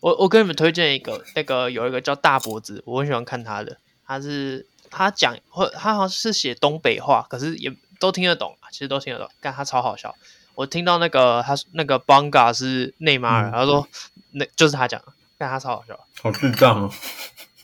我我跟你们推荐一个，那个有一个叫大脖子，我很喜欢看他的，他是他讲或他好像是写东北话，可是也都听得懂，啊其实都听得懂，但他超好笑。我听到那个他那个 Bonga 是内马尔，嗯他说那就是他讲的，但他超好笑。好智障哦！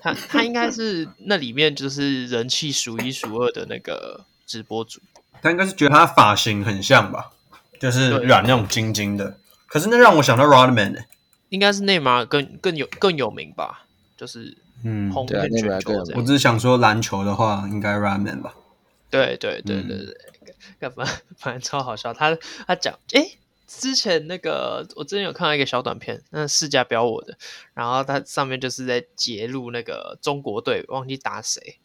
他他应该是那里面就是人气数一数二的那个直播主，他应该是觉得他发型很像吧，就是对染那种金金的。可是那让我想到 Rodman，、欸、应该是内马尔更更有更有名吧，就是嗯，红对啊遍内马全尔球更有这我样。只是想说篮球的话，应该 Rodman 吧。对对对对嗯对，干嘛 反正超好笑。他他讲，诶，之前那个我之前有看到一个小短片，那是世家标我的，然后他上面就是在揭露那个中国队忘记打谁，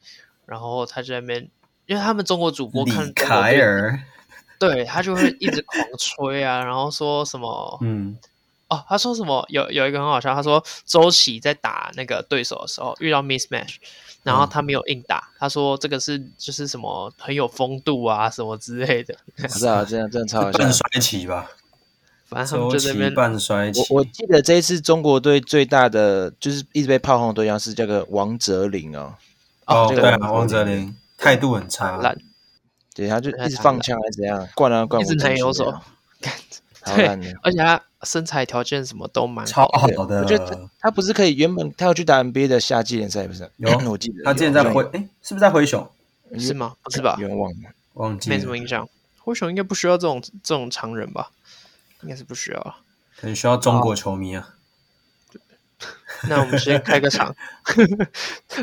然后他就在那边，因为他们中国主播看李中国凯队，尔，对他就会一直狂吹啊，然后说什么嗯，哦，他说什么？有有一个很好笑，他说周琦在打那个对手的时候遇到 mismatch，然嗯后他没有硬打，他说这个是就是什么很有风度啊什么之类的，我知道，真的真的超好笑半。衰期吧，反正他们周就在那期边半衰期。我我记得这一次中国队最大的就是一直被炮轰的对象是叫个王哲林哦，哦，这对个嗯啊，人王哲林态度很差，烂，对，他就一直放枪还是怎样，灌篮灌一不直进男去有这手样，干好对烂的。而且他身材条件什么都蛮超好，好我觉得的他。他不是可以原本他要去打 NBA 的夏季联赛不是？有啊我记得他之前在嗯有灰，哎，是不是在灰熊？是吗？不是吧？冤枉了。忘记没什么了，印象。灰熊应该不需要这种这种常人吧？应该是不需要啊。可能需要中哦国球迷啊。那我们先开个 场。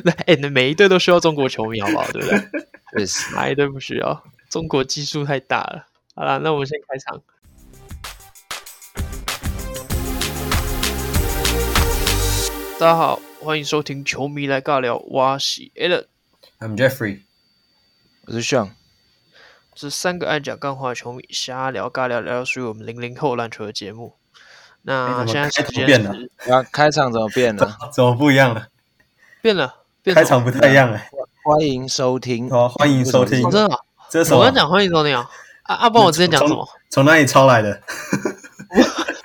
那哎，那每一队都需要中国球迷，好不好？对不对？ 确实，哪一队不需要？中国基数太大了。好啦，那我们先开场。大家好，欢迎收听《球迷来尬聊》，哇西 a l l n ，I'm Jeffrey，我是 Sean，是三个爱讲干话的球迷瞎聊尬聊，聊聊属于我们零零后篮球的节目。那哎怎么现在时开头间变了是然后开场怎么 变了？怎么不一样了？变了，嗯变开什么嗯场不太一样哎。欢迎收听，好，啊欢迎收听哦，真的啊、这是什么我刚讲欢迎收听啊。啊阿邦，我之前讲什么？从哪里抄来的？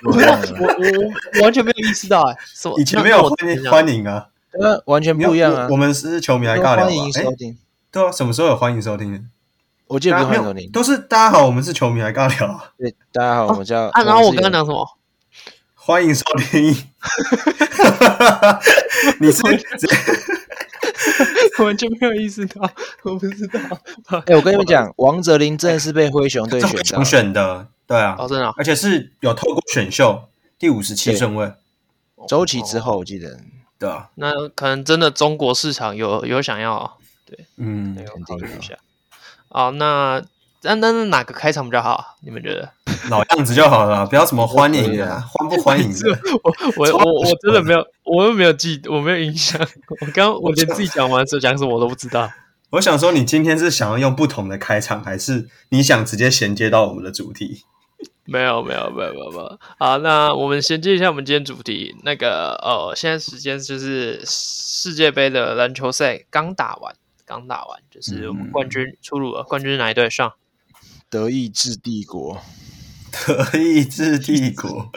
我我 我我完全没有意识到哎、什么？以前那没有那我欢迎讲欢迎啊，呃，完全不一样啊我我。们是球迷来都尬聊吧欢迎？收哎，听，对啊，什么时候有欢迎收听的？我记得不大是家欢没迎收有，听。都是大家好，我们是球迷来尬聊 啊，对，大家好，我叫啊，然后我是刚刚讲什么？ 欢迎收 听。你是完全没有意识到， 我不知道。哎、我跟你们讲，王哲林真的是被灰熊队选到重，选的，对啊，哦，真的啊、而且是有透过选秀第五十七对顺位，周琦之后，我记得对哦啊，那可能真的中国市场有有想要啊，嗯那，个肯定考虑一有下。哦，那那那那哪个开场比较好啊？你们觉 得？老样子就好 了，不要什么欢迎的啊，欢不欢迎是的，我我超我我真的没有，我又没有记，我没有印象。我刚我连自己讲完的时候讲什么我都不知道。我想说，你今天是想要用不同的开场，还是你想直接衔接到我们的主题？没有没有没有没有没有。好，那我们衔接一下我们今天主题。那个呃，现在时间就是世界杯的篮球赛刚打完，刚打完，嗯就是我们冠军出炉了。冠军是哪一队？上德意志帝国，德意志帝 国，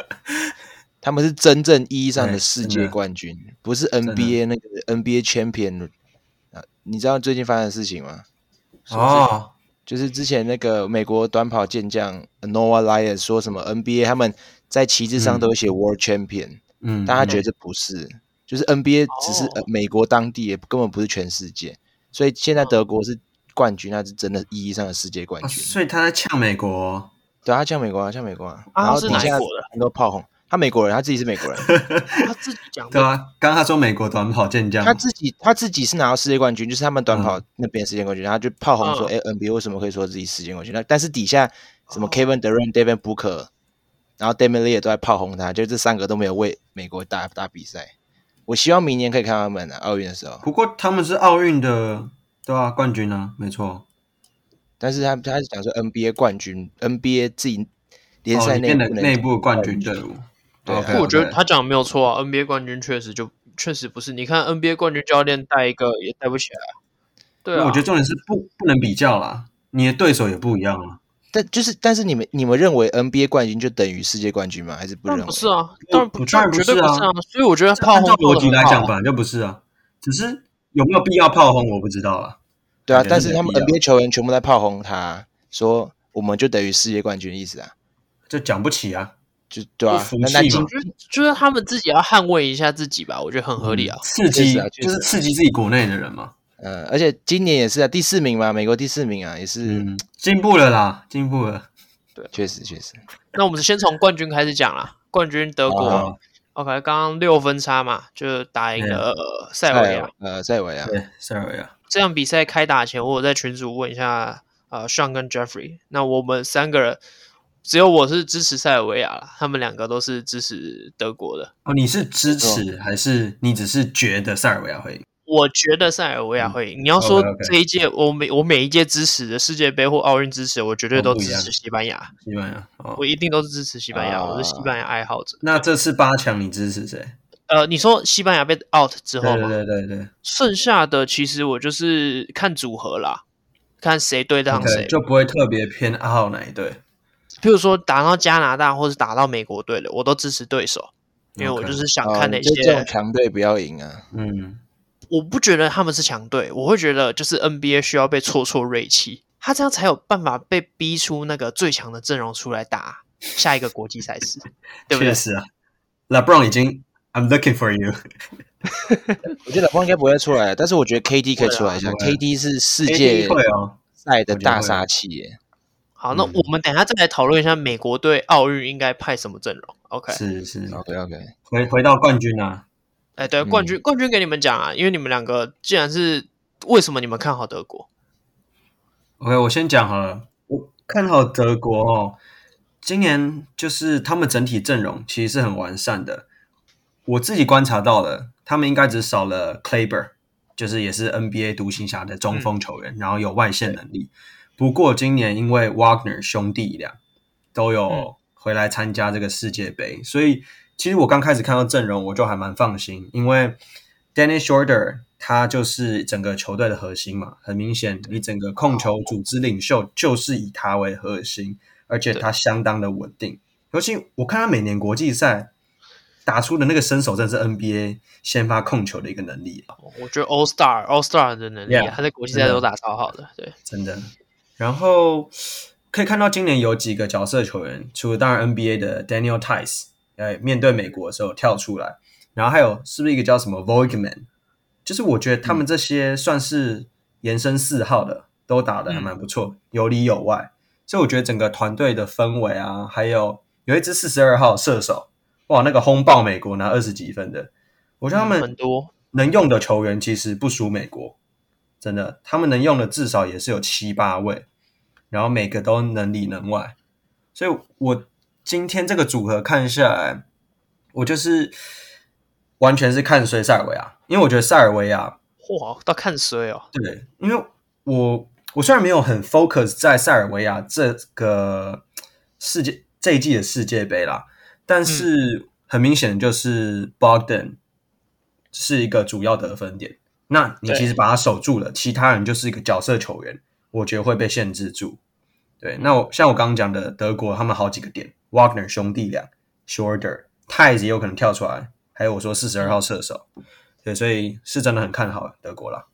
他们是真正意义上哎的世真界的冠军，不是的 NBA 那个 NBA champion 啊。你知道最近发生的事情吗？哦，就是之前那个美国短跑健将 Noah Lyles 说什么 NBA 他们在旗帜上嗯都会写 World Champion，、嗯，大家觉得这不是，就是 NBA 只是、哦呃美国当地，也根本不是全世界。所以现在德哦国是冠军，那是真的意义上的世界冠啊军。所以他在呛美国哦，对他像美国啊，像美国啊，啊然后是底哪一下国的很多炮轰。他美国人，他自己是美国人，他自己讲对的，啊，刚刚他说美国短跑健将 他，自己他自己是拿到世界冠军，就是他们短跑嗯那边世界冠军，然后就炮轰说，哎、n b a 为什么可以说自己世界冠军？那但是底下什么嗯哦 Kevin Durant、Devin Booker，然后 Damian l e a 都在炮轰他，就这三个都没有为美国打打比赛。我希望明年可以看到他们、啊、奥运的时候，不过他们是奥运的，对啊，冠军啊，没错，但是他他是讲说 NBA 冠军，NBA 自己联哦赛里内面的部内部冠军对队伍，对不啊 OK，OK 过我觉得他讲的没有错啊。NBA 冠军确实就确实不是，你看 NBA 冠军教练带一个也带不起来啊。对那啊，我觉得重点是不不能比较啦，你的对手也不一样啊。但就是，但是你们你们认为 NBA 冠军就等于世界冠军吗？还是不当然认为不？是啊，当然不，我当然不绝对是不啊是啊。所以我觉得炮按照轰做逻得辑很来好讲，本来就不是啊，只是有没有必要炮轰，我不知道啊。对啊感，觉但是是没他们必要 NBA 球员全部在炮轰他，说我们就等于世界冠军的意思啊，就讲不起啊，就对啊服，那那气今嘛就是就是他们自己要捍卫一下自己吧，我觉得很合理啊。刺确激实啊确实就啊是刺激自己国内的人嘛。呃，而且今年也是啊，第四名嘛，美国第四名啊，也是，嗯，进步了啦，进步了。确实确实，那我们先从冠军开始讲啦，冠军德国。啊， OK，刚刚六分差嘛，就打赢嗯了呃塞尔维亚。呃，塞尔维亚，对，塞尔维亚，这场比赛开打前，我有在群组问一下呃 Sean 跟 Jeffrey，那我们三个人只有我是支持塞尔维亚啦，他们两个都是支持德国的。哦，你是支持还是你只是觉得塞尔维亚会赢？我觉得塞尔维嗯亚会赢。你要说 OK，OK 这一届，我每我每一届支持的世界杯或奥运支持，我绝对都都不一支样持西班牙，西班牙哦我。一定都是支持西班牙，啊我是西班牙爱好者。那这次八强你支持谁？呃，你说西班牙被 out 之对后对嘛，对对对剩下的其实我就是看组合啦，看谁对上，OK，谁。就不会特别偏阿浩哪一队。譬如说打到加拿大或是打到美国队的，我都支持对手，因为我 OK 就是想哦看你那就这种些。强队不要赢啊，嗯，我不觉得他们是强队，我会觉得就是 NBA 需要被挫挫锐气，他这样才有办法被逼出那个最强的阵容出来打下一个国际赛事，对不对确？实啊，LeBron 已经 I'm looking for you。我觉得老方应该不会出来，但是我觉得 KD 可以出来一下不会啊，KD 是世 AD 界会哦，赛的大杀器耶，好，那嗯我们等一下再来讨论一下美国队奥运应该派什么阵容。OK，是是， OK OK，回回到冠军啊，哎，对，嗯冠军、冠军给你们讲啊，因为你们两个既然是为什么你们看好德国？ OK，我先讲好了。我看好德国哦，今年就是他们整体阵容其实是很完善的。我自己观察到了，他们应该只少了 Kleber，就是也是 NBA 独行侠的中锋球员，然后有外线能力。不过今年因为 Wagner 兄弟俩都有回来参加这个世界杯，所以其实我刚开始看到阵容我就还蛮放心，因为 Dennis Schroeder 他就是整个球队的核心嘛，很明显，你整个控球组织领袖就是以他为核心，而且他相当的稳定。尤其我看他每年国际赛打出的那个身手，真的是 NBA 先发控球的一个能力，我觉得 All Star All Star 的能力啊 Yeah，他在国际赛都打超好的，对。真的。然后可以看到今年有几个角色球员，除了当然 NBA 的 Daniel Tice，呃，面对美国的时候跳出来，然后还有是不是一个叫什么 Voigtman，就是我觉得他们这些算是延伸四号的，都打嗯得还蛮不错，有里有外。所以我觉得整个团队的氛围啊，还有有一支四十二号射手，哇，那个轰爆美国拿二十几分的，我觉得他们、嗯很多能用的球员其实不输美国，真的，他们能用的至少也是有七八位，然后每个都能里能外，所以我今天这个组合看下来，我就是完全是看衰塞尔维亚，因为我觉得塞尔维亚哇，到看谁哦，对，因为我我虽然没有很 focus 在塞尔维亚这个世界这一季的世界杯啦，但是很明显就是 Bogdan 是一个主要得分点。那你对其实把他守住了，其他人就是一个角色球员，我觉得会被限制住。对，那我像我刚刚讲的德国，他们好几个点，Wagner 兄弟俩，Shorter、泰子也有可能跳出来，还有我说四十二号射手，对，所以是真的很看好德国啦。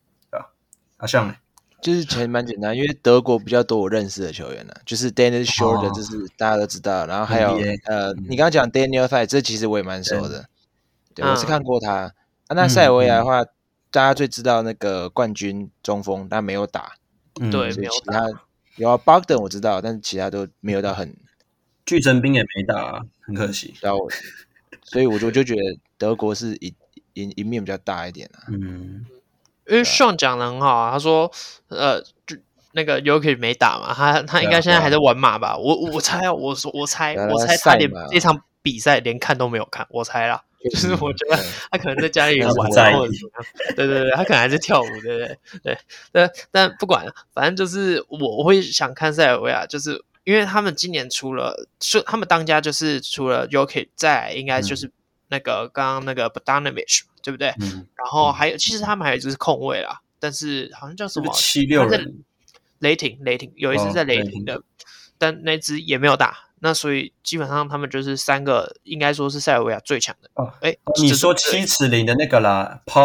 啊，像就是其实蛮简单，因为德国比较多我认识的球员呢、就是 Dennis s h o r t 哦这是大家都知道，然后还有 NBA 呃，你刚刚讲 Daniel t h 这其实我也蛮熟的，对嗯我是看过他。啊、那塞尔维亚的话，大家最知道那个冠军中锋，他没有打，嗯、对所没以有其打他有啊 Bogdan 我知道，但是其他都没有到很巨神兵也没打，啊很可惜。到，所以我就就觉得德国是一赢赢面比较大一点啊。嗯，因为上讲的很好啊，他说呃，就那个 Yuki 没打嘛，他他应该现在还在玩马吧？我我猜啊，我说我猜对啊我猜赛他连马这场比赛连看都没有看，我猜啦，就是我觉得对他可能在家里玩他啊不在意或者怎么样，对对对，他可能还在跳舞，对不对？对，但但不管了，反正就是我我会想看塞尔维亚，就是因为他们今年除了是他们当家就是除了 Yuki 在，应该就是那个刚刚那个 b o d a n o v i c 对不对？嗯，然后还有，其实他们还有一只是控卫啦，但是好像叫什是么啊不是七六他在人？雷霆，雷霆有一次哦在雷雷霆霆的但那支也没有打。那所以基本上他们就是三个，应该说是塞尔维亚最强的。哦哎、你说这七尺零的那个啦，P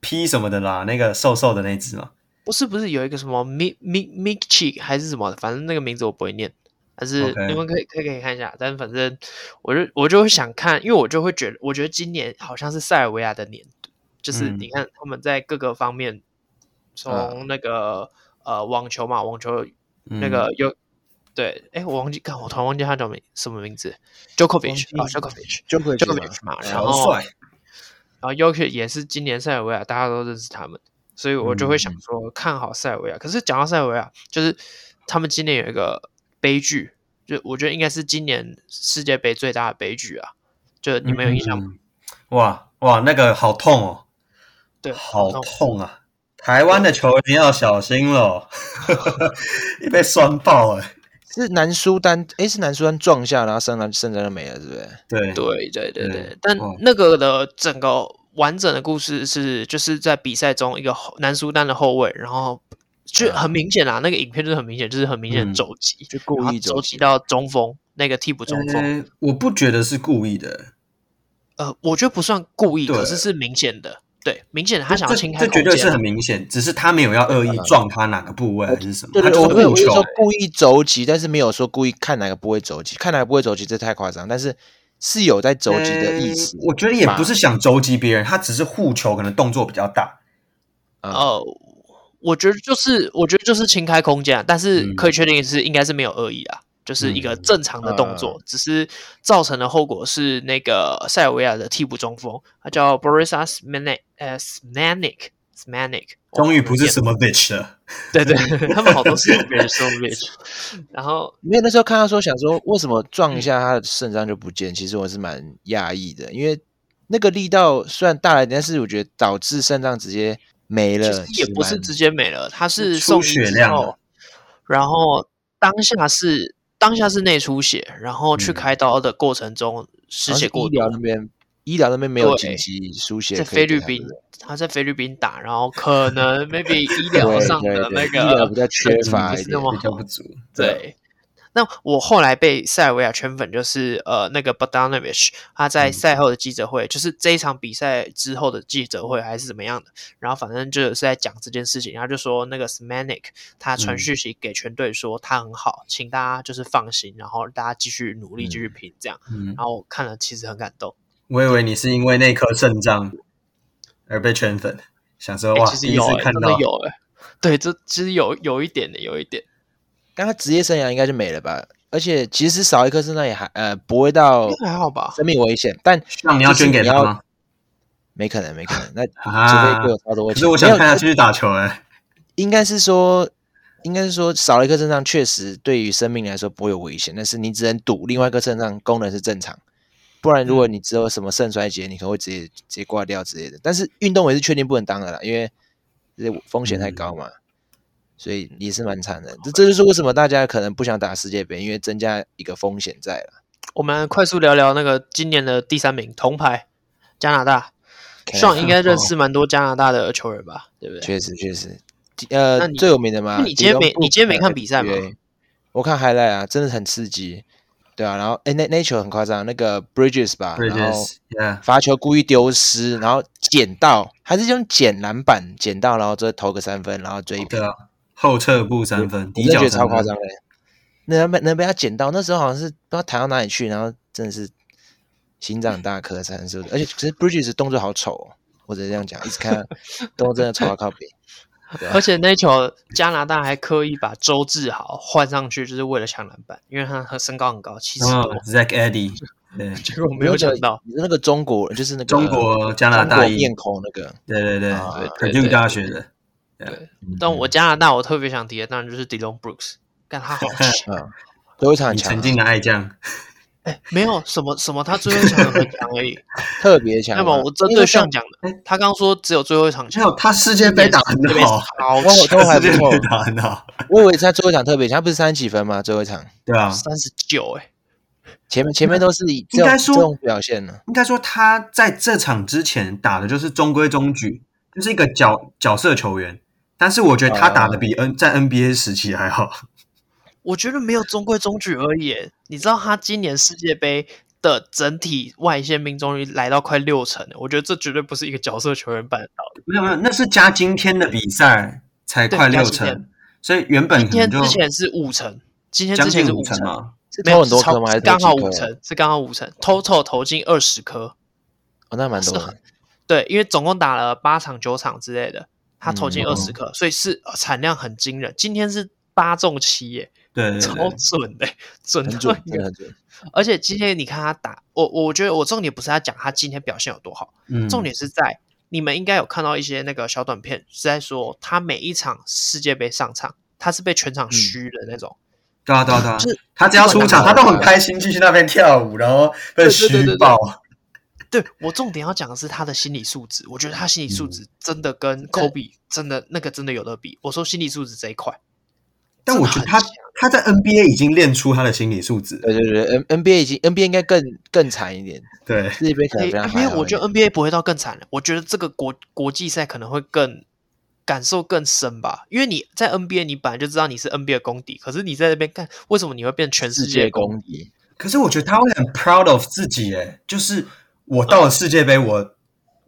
P 什么的啦，那个瘦瘦的那只嘛，不是不是有一个什么 Mi Mi Mi Chick 还是什么的，反正那个名字我不会念，但是 OK 你们可以可以可以看一下。但反正我就我就会想看，因为我就会觉得，我觉得今年好像是塞尔维亚的年度，就是嗯你看他们在各个方面，从那个、呃网球嘛，网球啊嗯那个有、对，哎，我忘记，看我突然忘记他叫名什么名字，Djokovic 啊忘记，Djokovic。就会 j 去 o 嘛 v i c 嘛，然好后帅，然后 Yoki 也是今年塞尔维亚，大家都认识他们，所以我就会想嗯说看好塞尔维亚。可是讲到塞尔维亚，就是他们今年有一个悲剧，就我觉得应该是今年世界杯最大的悲剧啊！就你们有印象吗？嗯？哇哇，那个好痛哦，对，好痛痛啊！台湾的球迷要小心喽， 被酸爆了。是南苏丹，诶，是南苏丹撞下，然后圣诞圣诞就没了，是不是？对，对对对嗯对，但哦那个的整个完整的故事是，就是在比赛中一个后南苏丹的后卫，然后就很明显啦，啊那个影片就是很明显，就是很明显的嗯肘击，就故然后意肘走击到中锋那个替补中锋，呃我不觉得是故意的，呃，我觉得不算故意，对可是是明显的，对，明显的他想要这侵害这空间啊绝对是很明显，只是他没有要恶意撞他哪个部位还是什么，对他对，我就是欸护我有我有球说。故意肘击，但是没有说故意看哪个不会肘击，看哪个不会肘击这太夸张，但是是有在肘击的意思嗯呃。我觉得也不是想肘击别人，他只是护球，可能动作比较大。哦啊，呃，我觉得就是我觉得就是侵开空间啊，但是嗯可以确定是应该是没有恶意啊，就是一个嗯正常的动作，只是造成的后果是那个塞尔维亚的替补中锋，他叫 Borisa Smanik，呃 Smanik Smanik，终于不是什么 bitch 了，对对， 他们好多是 r i s o r i c 然后没有那时候看到说 想说为什么嗯撞一下他的肾脏就不见，其实我是蛮讶异的，因为那个力道虽然大了，但是我觉得导致肾脏直接没其了实，也不是直接没了，他是是出送医血之量后了然后当下是当下是内出血，然后嗯去开刀的过程中失而且血过医多疗。那边医疗那边没有对紧急输血在可以菲给律他们，宾，他在菲律宾打，然后可 能 maybe 医疗对上对的对那医疗个比较缺不乏 一是点那，么比较好不。足。对，那我后来被塞尔维亚圈粉，就是呃那个 b o d a n o v i c 他在嗯赛后的记者会，就是这一场比赛之后的记者会还是怎么样的，然后反正就是在讲这件事情，他就说那个 Smanik 他传嗯讯息给全队说他很好，请大家就是放心，然后大家继续努力，继续拼这样。嗯，然后我看了其实很感动，我以为你是因为那颗肾脏而被圈粉，想说哎哇，其第实一有、次欸，看真的到有哎、对，这其实有有一点的，有一点。但他职业生涯应该就没了吧？而且其实少一颗肾脏也还呃不会到应该还好吧？生命危险，但那啊你要捐给他吗？没可能，没可能。那除非啊给我，超多可钱，是我想没有看他继续打球哎。应该是说，应该是说少了一颗肾脏，确实对于生命来说不会有危险，但是你只能赌另外一颗肾脏功能是正常。不然，嗯如果你只有什么肾衰竭，你可能会直接直接挂掉之类的。但是运动也是确定不能当的啦，因为这风险太嗯高嘛，所以也是蛮惨的。这这就是为什么大家可能不想打世界杯，因为增加一个风险在了。我们快速聊聊那个今年的第三名铜牌，加拿大。 OK，上应该认识蛮多加拿大的球员吧，对不对？确实确实，那呃，你最有名的嘛，那你今天没迪隆布你今天没看比赛吗呃对我看 highlight 啊，真的很刺激，对啊，然后哎，那那球很夸张，那个 Bridges 吧然后 Bridges，yeah，罚球故意丢失，然后捡到，还是用捡篮板捡到，然后再投个三分，然后追平对，啊，后撤步三分，我底真的觉角得超三夸分，张的，能被能被他捡到，那时候好像是不知道弹到哪里去，然后真的是心脏很大颗三是不是？而且其实 Bridges 动作好丑哦，我只能这样讲，一直看他动作真的丑到靠北。而且那球加拿大还刻意把周志豪换上去，就是为了抢篮板，因为他他身高很高，七十然后 多， Zach 哦 Eddy，对，结果 没有抢到。那个中国人，就是那个中国加拿呃中大国裔面，孔那个，对对对啊对对，Purdue 对大学的。嗯但我加拿大我特别想提的当然就是 Dylan Brooks，但 他好强，嗯，最后一场很你强曾啊，经的爱将，没有什么什么，他最后一场很强而已。特别强啊。那么我针因为对像上讲的，他刚刚说只有最后一场还强，有哎他世界杯打哦这很边好，超我强，都世还不界错杯，打很好，我以为他最后一场特别强，他不是三十几分吗？最后一场对啊，三十九哎，前面前面都是以这应种该说这种表现呢。应该说他在这场之前打的就是中规中矩，就是一个哦角角色球员。但是我觉得他打的比 N、在 NBA 时期还好， 我觉得没有中规中矩而已耶。你知道他今年世界杯的整体外线命中率来到快六成了，我觉得这绝对不是一个角色球员办得到的。没有没有，那是加今天的比赛才对快加六今天成，所以原本今可天能就之前是五成，今天将之前是近五五成嘛。是没投有很多是超颗吗？还是刚好投几颗啊五成，是刚好五成，total 投进二十颗。哦，那蛮多是啊的。对，因为总共打了八场九场之类的，他投进嗯二十颗，所以是呃产量很惊人。今天是八中七耶，对对超对，准的，准很到准，一真的个。很准。而且今天你看他打，我我觉得我重点不是他讲他今天表现有多好，嗯，重点是在你们应该有看到一些那个小短片，是在说他每一场世界杯上场，他是被全嗯场虚的那种。对啊对啊对啊就是，他只要出场，基本上他都很开心，继续那边跳舞，然后对被对对虚对报。对我重点要讲的是他的心理素质，我觉得他心理嗯素质真的跟但 Kobe 真的那个真的有得比。我说心理素质这一块，但我觉得他真的很强他在 NBA 已经练出他的心理素质了，对对对，N NBA 已经 NBA 应该更更惨一点，对，世界杯可能诶比较还 NBA 好我一觉点得 NBA 不会到更惨了，我觉得这个国国际赛可能会更感受更深吧，因为你在 NBA 你本来就知道你是 NBA 的公敌，可是你在那边看，为什么你会变全世世界界公？公敌，可是我觉得他会很 proud of 自己，诶，就是我到了世界杯，我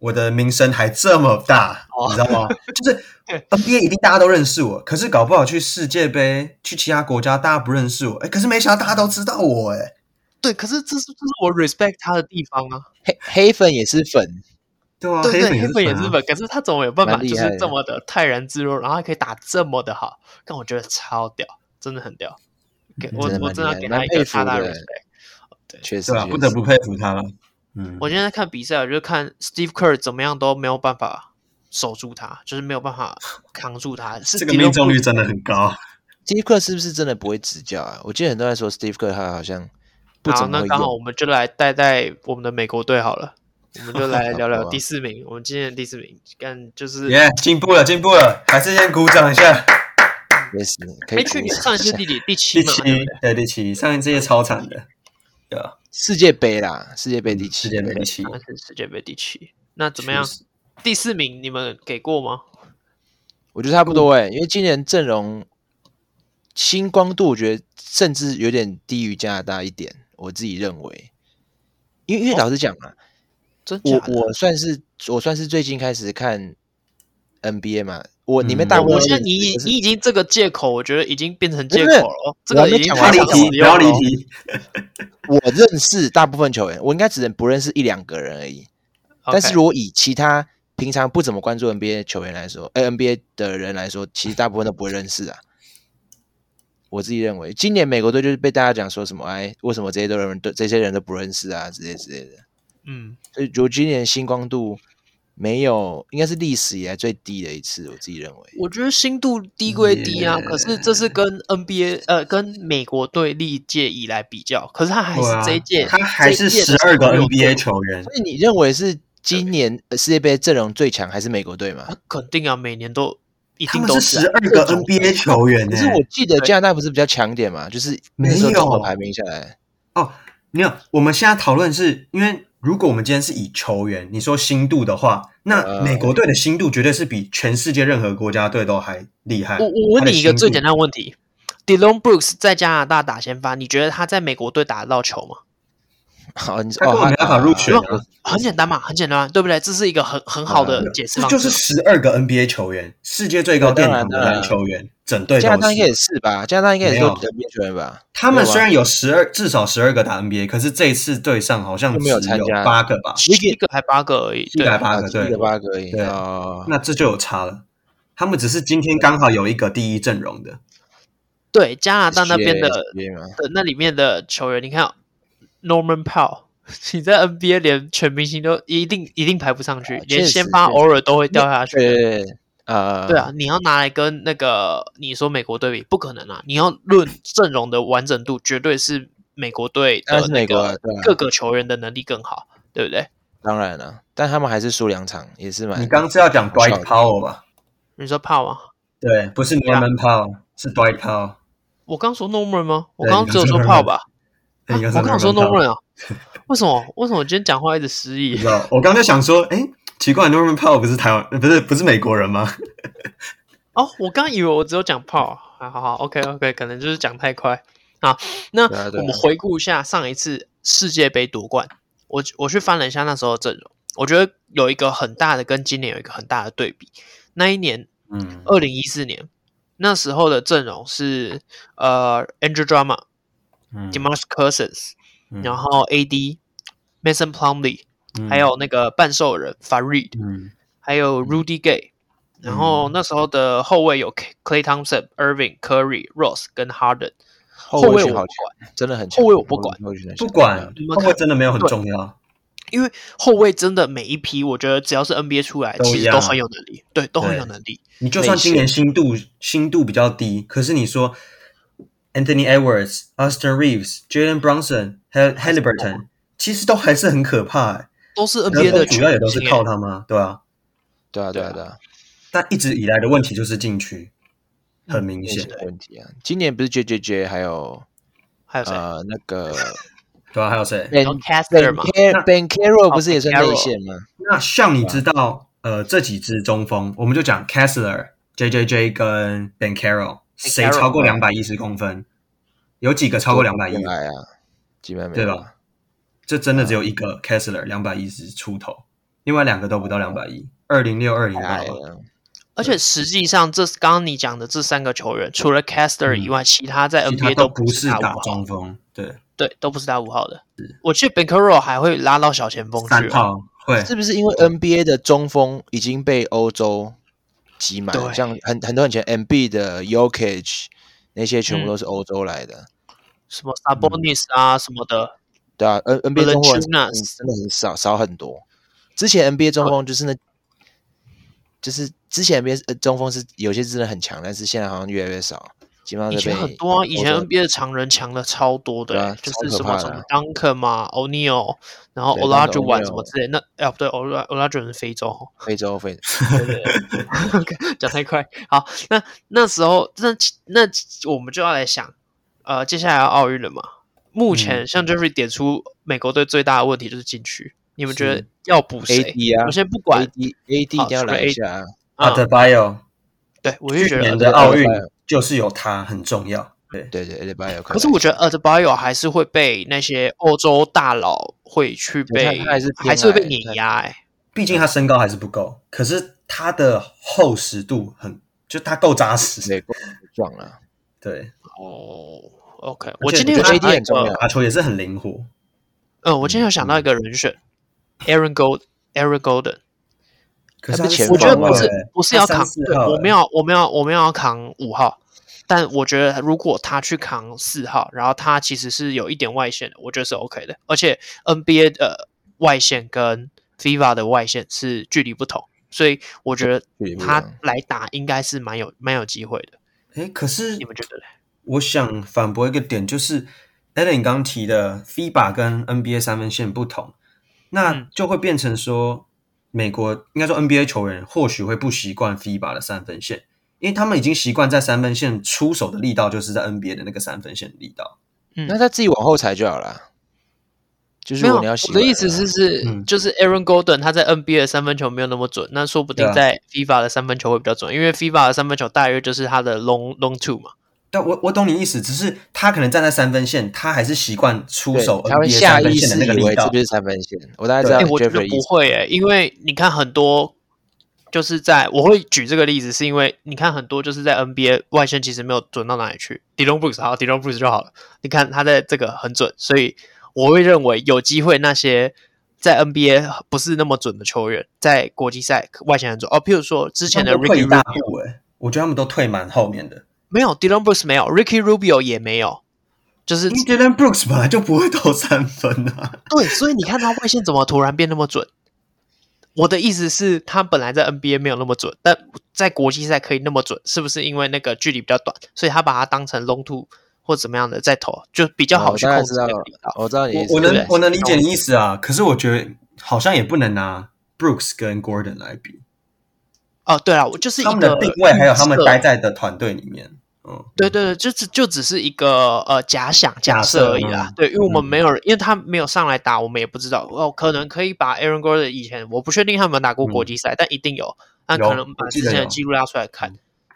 我的名声还这么大，哦你知道吗？就是对 NBA 一定大家都认识我，可是搞不好去世界杯，去其他国家大家不认识我，哎，可是没想到大家都知道我，哎，对，可是这是这是我 respect 他的地方啊，黑黑粉也是粉，对哦啊，对对，黑黑粉粉也是是粉啊，粉，可是他怎么有办法蛮厉就是害的这么的泰然自若，然后还可以打这么的好，但我觉得超屌，真的很屌，给我嗯真的蛮我真的厉害给蛮他一个佩服大大的 respect。对，确实对啊，确不得实不佩服他了，嗯，我现在看比赛，我就看 Steve Kerr 怎么样都没有办法守住他，就是没有办法扛住他。是这个命中率真的很高， Steve Kerr 是不是真的不会执教啊？我记得很多人说 Steve Kerr 他好像不好，怎么那会刚好用我们就来带带我们的美国队好了，我们就来聊 好聊啊第四名，我们今天的第四名，干就是耶，进步了，进步了，还是先鼓掌一下，也是可哎，以去鼓年掌上一 一次下第几？第七第嘛，七对不对？，对第七，上一次也超惨的，对啊，世界杯啦，世界杯第七，嗯世界杯第七，上次世界杯第七，那怎么样确实？第四名你们给过吗？我觉得差不嗯多哎、因为今年阵容星光度，我觉得甚至有点低于加拿大一点，我自己认为。因哦为因为老实讲啊嘛，真假我的？我算是我算是最近开始看 NBA 嘛，我你们嗯大部分我都现在认识你已可是你已经这个借口，我觉得已经变成借不口是了哦，这个还没已经讲不要太离完常题，使不用要了离哦。题，我认识大部分球员，我应该只能不认识一两个人而已。但是 OK 如果以其他平常不怎么关注 NBA 球员来说，哎、n b a 的人来说，其实大部分都不会认识啊。 我自己认为，今年美国队就是被大家讲说什么，哎，为什么这些都人都这些人都不认识啊，之类之类的。嗯，所以，我今年星光度没有，应该是历史以来最低的一次，我自己认为。我觉得新度低归低啊，可是这是跟 NBA 呃跟美国队历届以来比较，可是他还是这一对届，啊，他还是十二个 NBA 球员，所以你认为是今年呃世界杯阵容最强还是美国队吗？员，肯定啊，每年都一他定们都十啊二个 NBA 球员可呢、是我记得对加拿大不是比较强一点嘛，就是那时候没有综合排名下来，哦，没有，我们现在讨论是因为如果我们今天是以球员，你说新度的话，那呃美国队的新度绝对是比全世界任何国家队都还厉害。我我问你一个最简单，单的问题 d e l o n Brooks 在加拿大打先发，你觉得他在美国队打得到球吗？好，你说他根哦，本没办法入选啊啊啊！很简单嘛，很简单啊，对不对？这是一个很很好的解释这方就式。是十二个 NBA 球员，世界最高对殿哦当然堂的当然篮球员，整队加拿都大应该也是。是吧？加拿大应该也是没有有 NBA 球员吧？他们没有吧虽然有十二，至少十二个打 NBA，可是这一次队上好像都只没有参加八个吧，七个还八个而已，七对个，还八啊个，七对个，八个而已对哦。那这就有差了。他们只是今天刚好有一个第一阵容的，对加拿大那边的 NBA 嘛的那里面的球员，你看 Norman Powell，你在 NBA 连全明星都一定一定排不上去啊，确连实先发确实偶尔都会掉下去。对对对，呃，对啊，，你要拿来跟那个你说美国对比，不可能啊！你要论阵容的完整度，绝对是美国队当然的是那美国啊个对啊各个球员的能力更好，对不对？当然了，但他们还是输两场，也是蛮你刚是要讲蛮爽 Dwight 的 Powell 吧？你说怕吗？对，不是啊 Norman Powell，是 Dwight Powell。我刚说 Norman 吗？我对刚刚你只有说刚说 Paul Norman 吧？对啊你刚我刚刚好说 Norman Norman 啊？为什么？为什么我今天讲话一直失不忆知？道，我刚就想说，哎，奇怪，Norman Powell 不是台湾，不是不是美国人吗？哦，我刚以为我只有讲 Paul，好好好，OK OK，可能就是讲太快啊。那对啊对我啊们回顾一下上一次世界杯夺冠，我我去翻了一下那时候的阵容，我觉得有一个很大的跟今年有一个很大的对比。那一年嗯，二零一四年，那时候的阵容是呃 Andrew Drama、嗯 Demarcus Cousins，、嗯然后 AD、Mason Plumlee，、嗯还有那个半兽人 Farid，嗯还有 Rudy Gay，、然后那时候的后卫有 K- Clay Thompson、Irving、Curry、Ross 跟 Harden。后卫我卫区不好管，真的很强。后卫我不管，后卫区很强不管你会们不看会真的没有很重要，因为后卫真的每一批，我觉得只要是 NBA 出来，都其一实样都很有能力，对，都很对有能力。你就算今年心度心度比较低，可是你说 Anthony Edwards、Austin Reeves、Jalen Brunson 还有 Halliburton，其实都还是很可怕、欸。都是那 NBA 的主要也都是球星靠欸他们啊，对啊。对啊对啊对对啊，但一直以来的问题就是禁区，很明明显显，的问题啊。今年不是 J J J 还有还有谁？呃那 个对啊。还有谁？ Ben 后 Kessler Ben 嘛 Car- Ben Carroll 不是也算 Carroll 内线吗？那像你知道，呃，这几支中锋，我们就讲 Kessler、J J J 跟 Ben Carroll，谁 Carroll，超过对两百一十公分？有几个超过两百一？来啊，基本上没对有吧啊。这真的只有一个 Kessler 两百一十出头，另外两个都不到两百一，二零六、二零太八矮。了，而且实际上，这是刚刚你讲的这三个球员，除了 Caster 以外，其他在嗯其他 NBA 都不不是打打五号，中锋，对，对，都不是打五号的。我记得 b a n k e r o 还会拉到小前锋去三哦，号会，是不是因为 NBA 的中锋已经被欧洲挤满了？对像很很多以前 MB 的 Yokage 那些全嗯部都是欧洲来的，什嗯么 Sabonis 啊什么的，对啊，N NBA 中锋很 Valanciunas 真的很少少很多。之前 NBA 中锋就是那，就是之前 NBA 呃中锋是有些真的很强，但是现在好像越来越少，基本上以是被前很多啊，以前欧洲 NBA 的常人强了超多的对欸、啊就超是可什怕么的什么啊 Duncan 嘛，O'Neal，然后对 o l a j u Duncan w a O'Neal 什么之类的，那哎、不对 o l a o l a j u w a 是非洲哦，非洲非 讲太快。好，那那时候那那我们就要来想，呃，接下来要奥运了嘛？目嗯前像 Jeffrey 点出美国队最大的问题就是禁区，你们觉得是要补谁？ AD 啊我先不管 AD AD 一定要来一下啊，阿啊德，巴约尔对我就去觉年得，的奥运 Adebayo 就是有他很重要，对，对对 a d b a 有可能。可是我觉得 a d b a y o 还是会被那些欧洲大佬会去对被，他他还是偏还是会被矮碾他压、哎，毕竟他身高还是不够，可是他的厚实度很，就他够扎实，美国很壮了，对，哦，OK，而我且今天有我觉想得到 AD 一很重个要，打球也是很灵活，嗯，我今天有想到一个人选，Aaron Gold，Aaron Golden。可是他他是前我觉得锋不是欸不是要他扛， 34对，号我欸们要我们要我们要扛五号，但我觉得如果他去扛四号，然后他其实是有一点外线的，我觉得是 OK 的。而且 NBA 的外线跟 FIVA 的外线是距离不同，所以我觉得距离不一他样来打应该是蛮有蛮有机会的。哎，可是你们觉得嘞？我想反驳一个点，就是 a l a n 刚提的 FIBA 跟 NBA 三分线不同，那嗯就会变成说，美国应该说 NBA 球员或许会不习惯 FIBA 的三分线，因为他们已经习惯在三分线出手的力道就是在 NBA 的那个三分线力道。那他自己往后踩就好了。就嗯是没如有，果我你要习的惯意思话是是、嗯就是 Aaron Golden 他在 NBA 的三分球没有那么准，那说不定对啊在 FIVA 的三分球会比较准，因为 FIVA 的三分球大约就是他的 long long two 嘛。但我我懂你意思，只是他可能站在三分线，他还是习惯出对手他会 NBA 下三分意线的识那个以为力这道不。是三分线，我大概知对啊道哎、我觉得 Jeffrey 不会诶、因为你看很多，就是在我会举这个例子，是因为你看很多就是在 NBA 外线其实没有准到哪里去 d i l o n Brooks 好 d i l o n Brooks 就好了，你看他在这个很准，所以我会认为有机会那些在 NBA 不是那么准的球员，在国际赛外线很准哦，譬如说之前的他们都退 Ricky 一大 Rubio 步哎、我觉得他们都退蛮后面的。没有 d i l o n Brooks 没有，Ricky Rubio 也没有。就是因为 Jalen Brooks 本来就不会投三分啊，对，所以你看他外线怎么突然变那么准？我的意思是，他本来在 NBA 没有那么准，但在国际赛可以那么准，是不是因为那个距离比较短，所以他把它当成 long two 或怎么样的在投，就比哦较好我去大概控知制道那了个力道？我知道你的意思，我我对能不对我能理解你意思啊，可是我觉得好像也不能拿 Brooks 跟 Gordon 来比，哦，对了，我就是一他们个的定位还有他们预测待在的团队里面，嗯，对对对，就只就只是一个呃假想假假设设而已啦嗯。对，因为我们嗯没有人，因为他没有上来打，我们也不知道。哦，可能可以把 Aaron Gordon 以前我不确定他有没有打过国际赛，但一定有，那嗯有可能把我之记得前的有嗯记录拉出来看。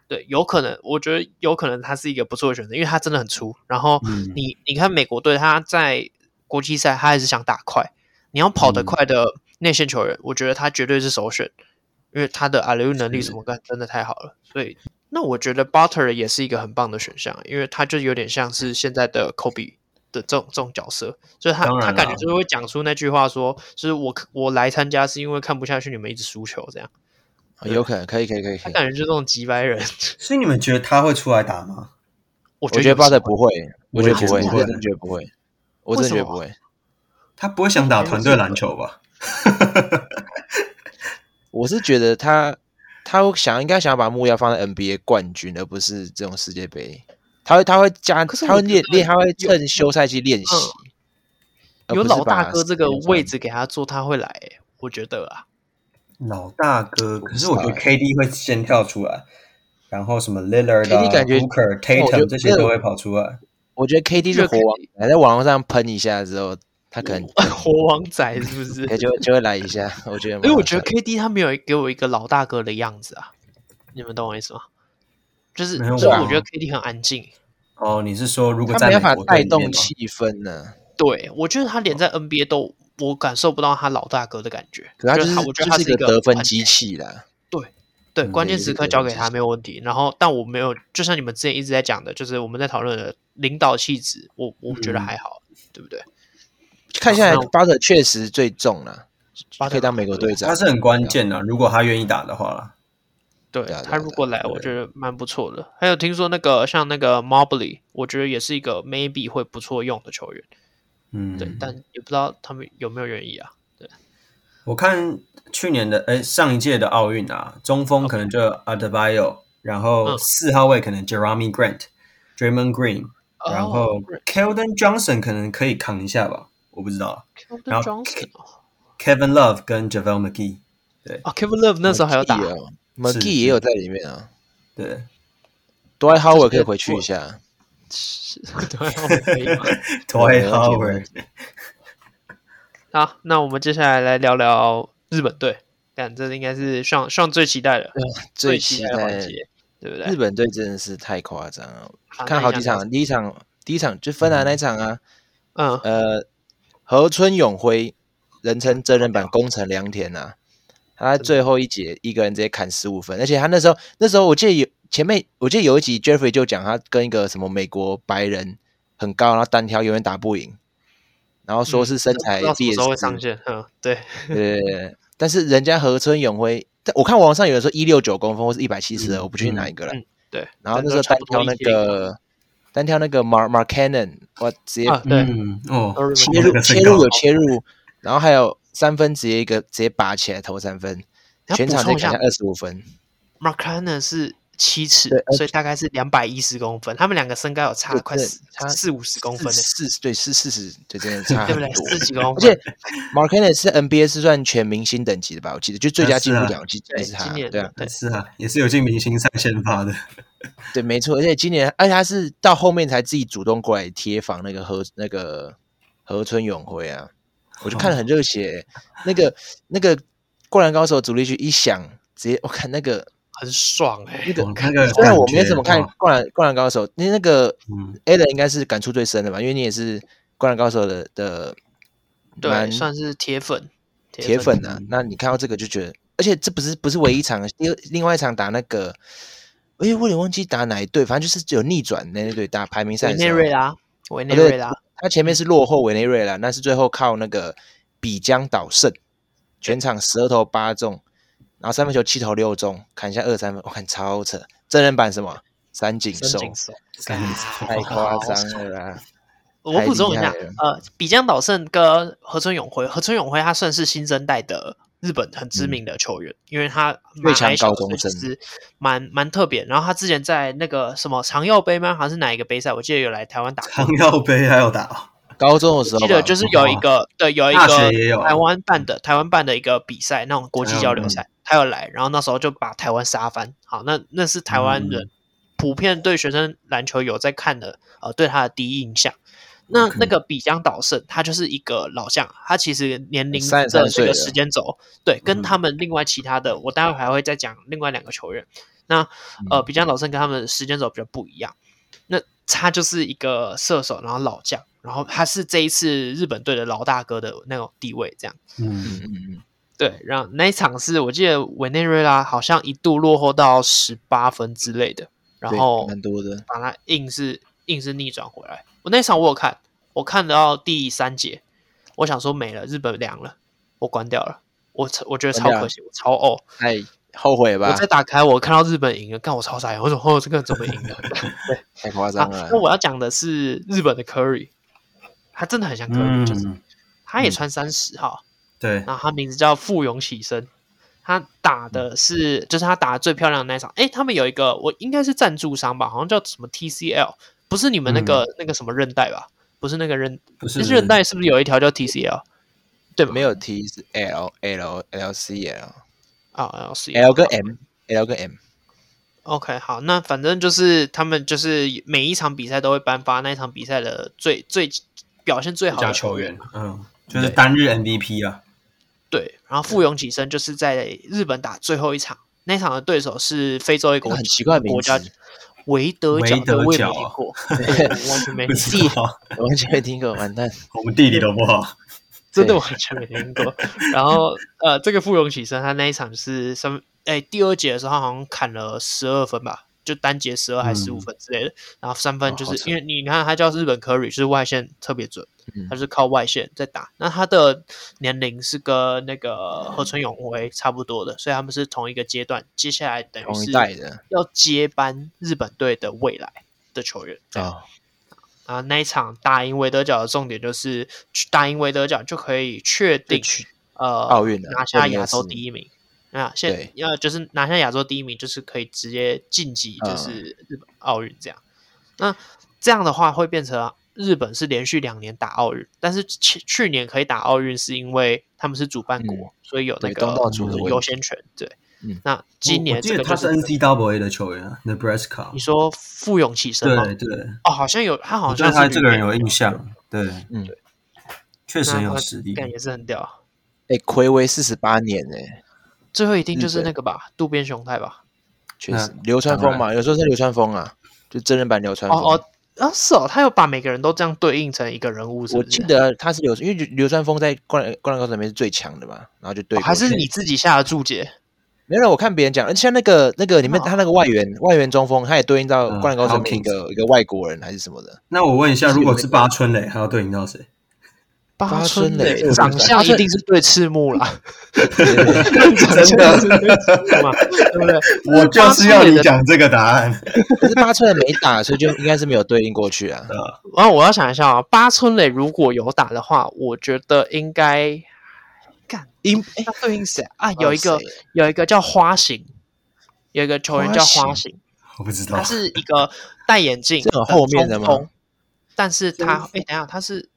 对，有可能，我觉得有可能他是一个不错的选择，因为他真的很粗。然后嗯你、你看美国队，他在国际赛他还是想打快，你要嗯跑得快的内线球员，我觉得他绝对是首选，因为他的阿留能力什么的真的太好了。所以那我觉得 Butter 也是一个很棒的选项，啊因为他就有点像是现在的 Kobe 的这种这种角色，就是他当然他感觉啦就是会讲出那句话说，就是我我来参加是因为看不下去你们一直输球这样，哦有可能，可以，可以，可以，可他以。感觉就是这种急白人。所以你们觉得他会出来打吗？我我觉觉得得巴有特不会，我觉得也不会，觉得不我会真的觉得不会，我真的觉得不会。他不会想打团队篮球吧？我是觉得他他想应该想要把目标放在 NBA 冠军，而不是这种世界杯。他会他会加，可是他我会觉练得练，他会有嗯趁休赛期练习。而有呃不是老大把哥这个时间位放置给他做，他会来、欸我觉得啊，老大哥，可是我觉得我不知道 KD 会先跳出来，然后什么 Lillard 啊、 KD 感觉 Booker、我觉 Tatum 得这些都会跑出来。我觉得 KD 热是火王，还在网络上喷一下之后，他可能活王仔是不是？他就就会来一下。我觉得蛮好笑的，因为我觉得 KD 他没有给我一个老大哥的样子啊，你们懂我意思吗？就是，没有就是啊我觉得 KD 很安静，哦，你是说如果他在没美办法国队带里面动吗气氛呢。对我觉得他连在 NBA 都我感受不到他老大哥的感觉，可是他就是是他啊我觉得就他是一个得分很机器啦。对，嗯关键对时对刻对交对给对他没有问题。然后，但我没有，就像你们之前一直在讲的，就是我们在讨论的领导气质，我我觉得嗯还好，对不对？看下来那我，巴特确实最重了，巴特可以当美国队长。啊他是很关键的、如果他愿意打的话啦。对对啊对他啊如对啊果来，我对觉得蛮不错的。还有听说那个像那个 Mobley，我觉得也是一个 maybe 会不错用的球员，嗯，对，但也不知道他们有没有愿意啊。我看去年的哎上一届的奥运啊，中锋可能就 Adebayo，然后嗯四号位可能 Jeremy Grant、Draymond Green，然后哦 Keldon Johnson 可能可以扛一下吧，我不知道。 Keldon 然后 Johnson 哦 Kevin Love 跟 JaVale McGee，啊，Kevin Love 那时候还有打 McGee 哦，McGee 也有在里面啊。对， Dwight Howard 可以回去一下，是 对我 们可以吗 Dwight 没问题没 Howard 问。好，那我们接下来来聊聊日本队，但这应该是上上最期待的，最期期待的环待节，对不对？日本队真的是太夸张了，那看你好几想聊场，第一场第一场就芬兰那一场啊，嗯，呃，河村永辉人称真人版工程良田啊，他最后一节一个人直接砍十五分，而且他那时候那时候我记得有前面我记得有一集 Jeffrey 就讲他跟一个什么美国白人很高，然后单挑永远打不赢，然后说是身材不知道什么劣时候会势上线，嗯，对，对，但是人家河村永辉，但我看网上有人说一六九公分或是一百七十嗯我不确定哪一个了。嗯对。然后但那时都候差单不多挑一那些零个单挑那个 Mar Mar Cannon，哇，直接啊，对，嗯，哦，都是切那入个切身入高有切入，然后还有三分直接一个直接拔起来投三分，要全补场充就一下砍下二十五分。 Mark c a n n 是七尺对，而所以大概是两百一十公分。他们两个身高有差对快对四差四五十公分呢，四十对是四十，对 真的差对很不对？多。四十几公而且分， Mar Cannon 是 NBA 是算全明星等级的吧？我记得就最佳啊是进步啊奖，我记得对是他今，年对啊，对是啊，也是有进明星赛先发的。对，没错，而且今年，而且他是到后面才自己主动过来贴防那个河那个河村永辉啊，我就看得很热血、欸那个那个灌篮高手主力区一响，直接我看那个很爽哎那。个哦，那个虽然我感没觉怎么看哇灌篮灌篮高手，那那个嗯 a l n 应该是感触最深的吧，因为你也是灌篮高手的的对，蛮算是铁粉，铁粉啊嗯。那你看到这个就觉得，而且这不是不是唯一一场，另另外一场打那个，哎，我有点忘记打哪一队，反正就是有逆转那一队打排名赛委的内时候瑞拉，委内啊对瑞拉，他前面是落后委内瑞拉，但是最后靠那个比江岛胜，全场十二投八中，然后三分球七投六中，砍下二三分，我看超扯，真人版什么三井寿伸，井手，三连胜 太夸张了啦！我补充一下太厉害了，呃，比江岛胜跟河村永辉，河村永辉他算是新生代的日本很知名的球员，因为他蛮嗯最强矮小的高中所生以其实蛮蛮特别。然后他之前在那个什么长耀杯吗？还是哪一个杯赛？我记得有来台湾打过。康耀杯还要打哦，高中的时候记吧得就是有一个对有一大学也个有嗯台湾办的台湾办的一个比赛，那种国际交流赛，他有来，然后那时候就把台湾杀翻。好，那那是台湾嗯人普遍对学生篮球有在看的，呃，对他的第一印象。那 OK 那个比江岛胜，他就是一个老将，他其实年龄的33这岁个了时间轴，对，跟嗯他们另外其他的，我待会还会再讲另外两个球员，那呃，比江老胜跟他们的时间轴比较不一样。那他就是一个射手，然后老将，然后他是这一次日本队的老大哥的那种地位，这样。嗯，嗯嗯对，然后那一场是我记得委内瑞拉好像一度落后到十八分之类的，然对后蛮多的，把它硬是硬是逆转回来。我那场我有看，我看到第三节，我想说没了，日本凉了，我关掉了。我超我觉得超关掉啊可惜，我超呕。太后悔我吧再，打开，我看到日本赢了，看我超傻眼，我说哦，这个怎么赢的？太夸啊张了，那我要讲的是日本的 Curry，他真的很像 Curry，、就是嗯他也穿三十号，对，然后他名字叫富永起身，他打的是就是他打的最漂亮的那一场。哎，他们有一个我应该是赞助商吧，好像叫什么 TCL，不是你们那个、那个什么韧带吧？不是那个韧，不是那韧带是不是有一条叫 TCL？对吧，没有 T 是 L L L C L 啊，是 L 跟 M L 跟 M， OK，好，那反正就是他们就是每一场比赛都会颁发那一场比赛的最最表现最好叫的球员嘛，嗯，就是对单日 MVP 啊，对，然后富永起身就是在日本打最后一场，那场的对手是非洲一这个个很奇怪的名国家字，维德维角德的我也没角听啊过，对我完全没不自知己道，我完全没听过，完蛋，我们地理都不好，真的对完全没听过。然后呃，这个富永起身他那一场是什么？哎，第二节的时候他好像砍了十二分吧，就单节十二还是十五嗯分之类的。然后三分哇就是、哦好扯因为你看他叫日本 Curry，就是外线特别准，嗯他是靠外线在打。那他的年龄是跟那个河村永辉差不多的，所以他们是同一个阶段。接下来等于同是一代的要接班日本队的未来的球员。这样哦，啊，那一场打赢维德角的重点就是去打赢维德角就可以确定去呃奥运了拿下亚2024洲第一名。啊，现对要就是拿下亚洲第一名，就是可以直接晋级，就嗯是日本奥运这样。那这样的话会变成日本是连续两年打奥运，但是去去年可以打奥运是因为他们是主办国，嗯所以有那对个东道主的问优题先权。对，嗯那今我年我记这得个他就是 NCAA 的球员啊，Nebraska，你说富永起身吗？对对，哦，好像有，他好我对像他是这里个人面有印象，对，嗯，确实那很有他实力，干也是很屌。哎，暌违四十八年呢，最后一定就是日本那个吧，渡边雄太吧？确实嗯那流川当枫然嘛，有时候是流川枫啊，就真人版流川哦枫。哦啊，是哦，他有把每个人都这样对应成一个人物是哦我不是，记得他是流，因为流流川枫在《灌篮灌篮高手》里面是最强的嘛，然后就对哦过去、还是你自己下的注解没有，我看别人讲，而且像那个那个里面哦他那个外援外援中锋，他也对应到嗯《灌篮高手》里面一 Hawkins 个一个外国人还是什么的，那我问一下，如果是八村垒，还要对应到谁？八八村村垒垒长相一定是对赤木啦，长相真的是对赤木嘛，对不对？ 我就是要你讲这个答案。可是八村垒没打，所以就应该是没有对应过去啊。然后我要想一下啊，八村垒如果有打的话，我觉得应该干因哎，那对应谁啊？啊有一个呃谁有一个叫花形，有一个球员叫花花形。 我不知道他，是一个戴眼 镜哦这很后面的吗中锋？但是他中哎、等一下，他是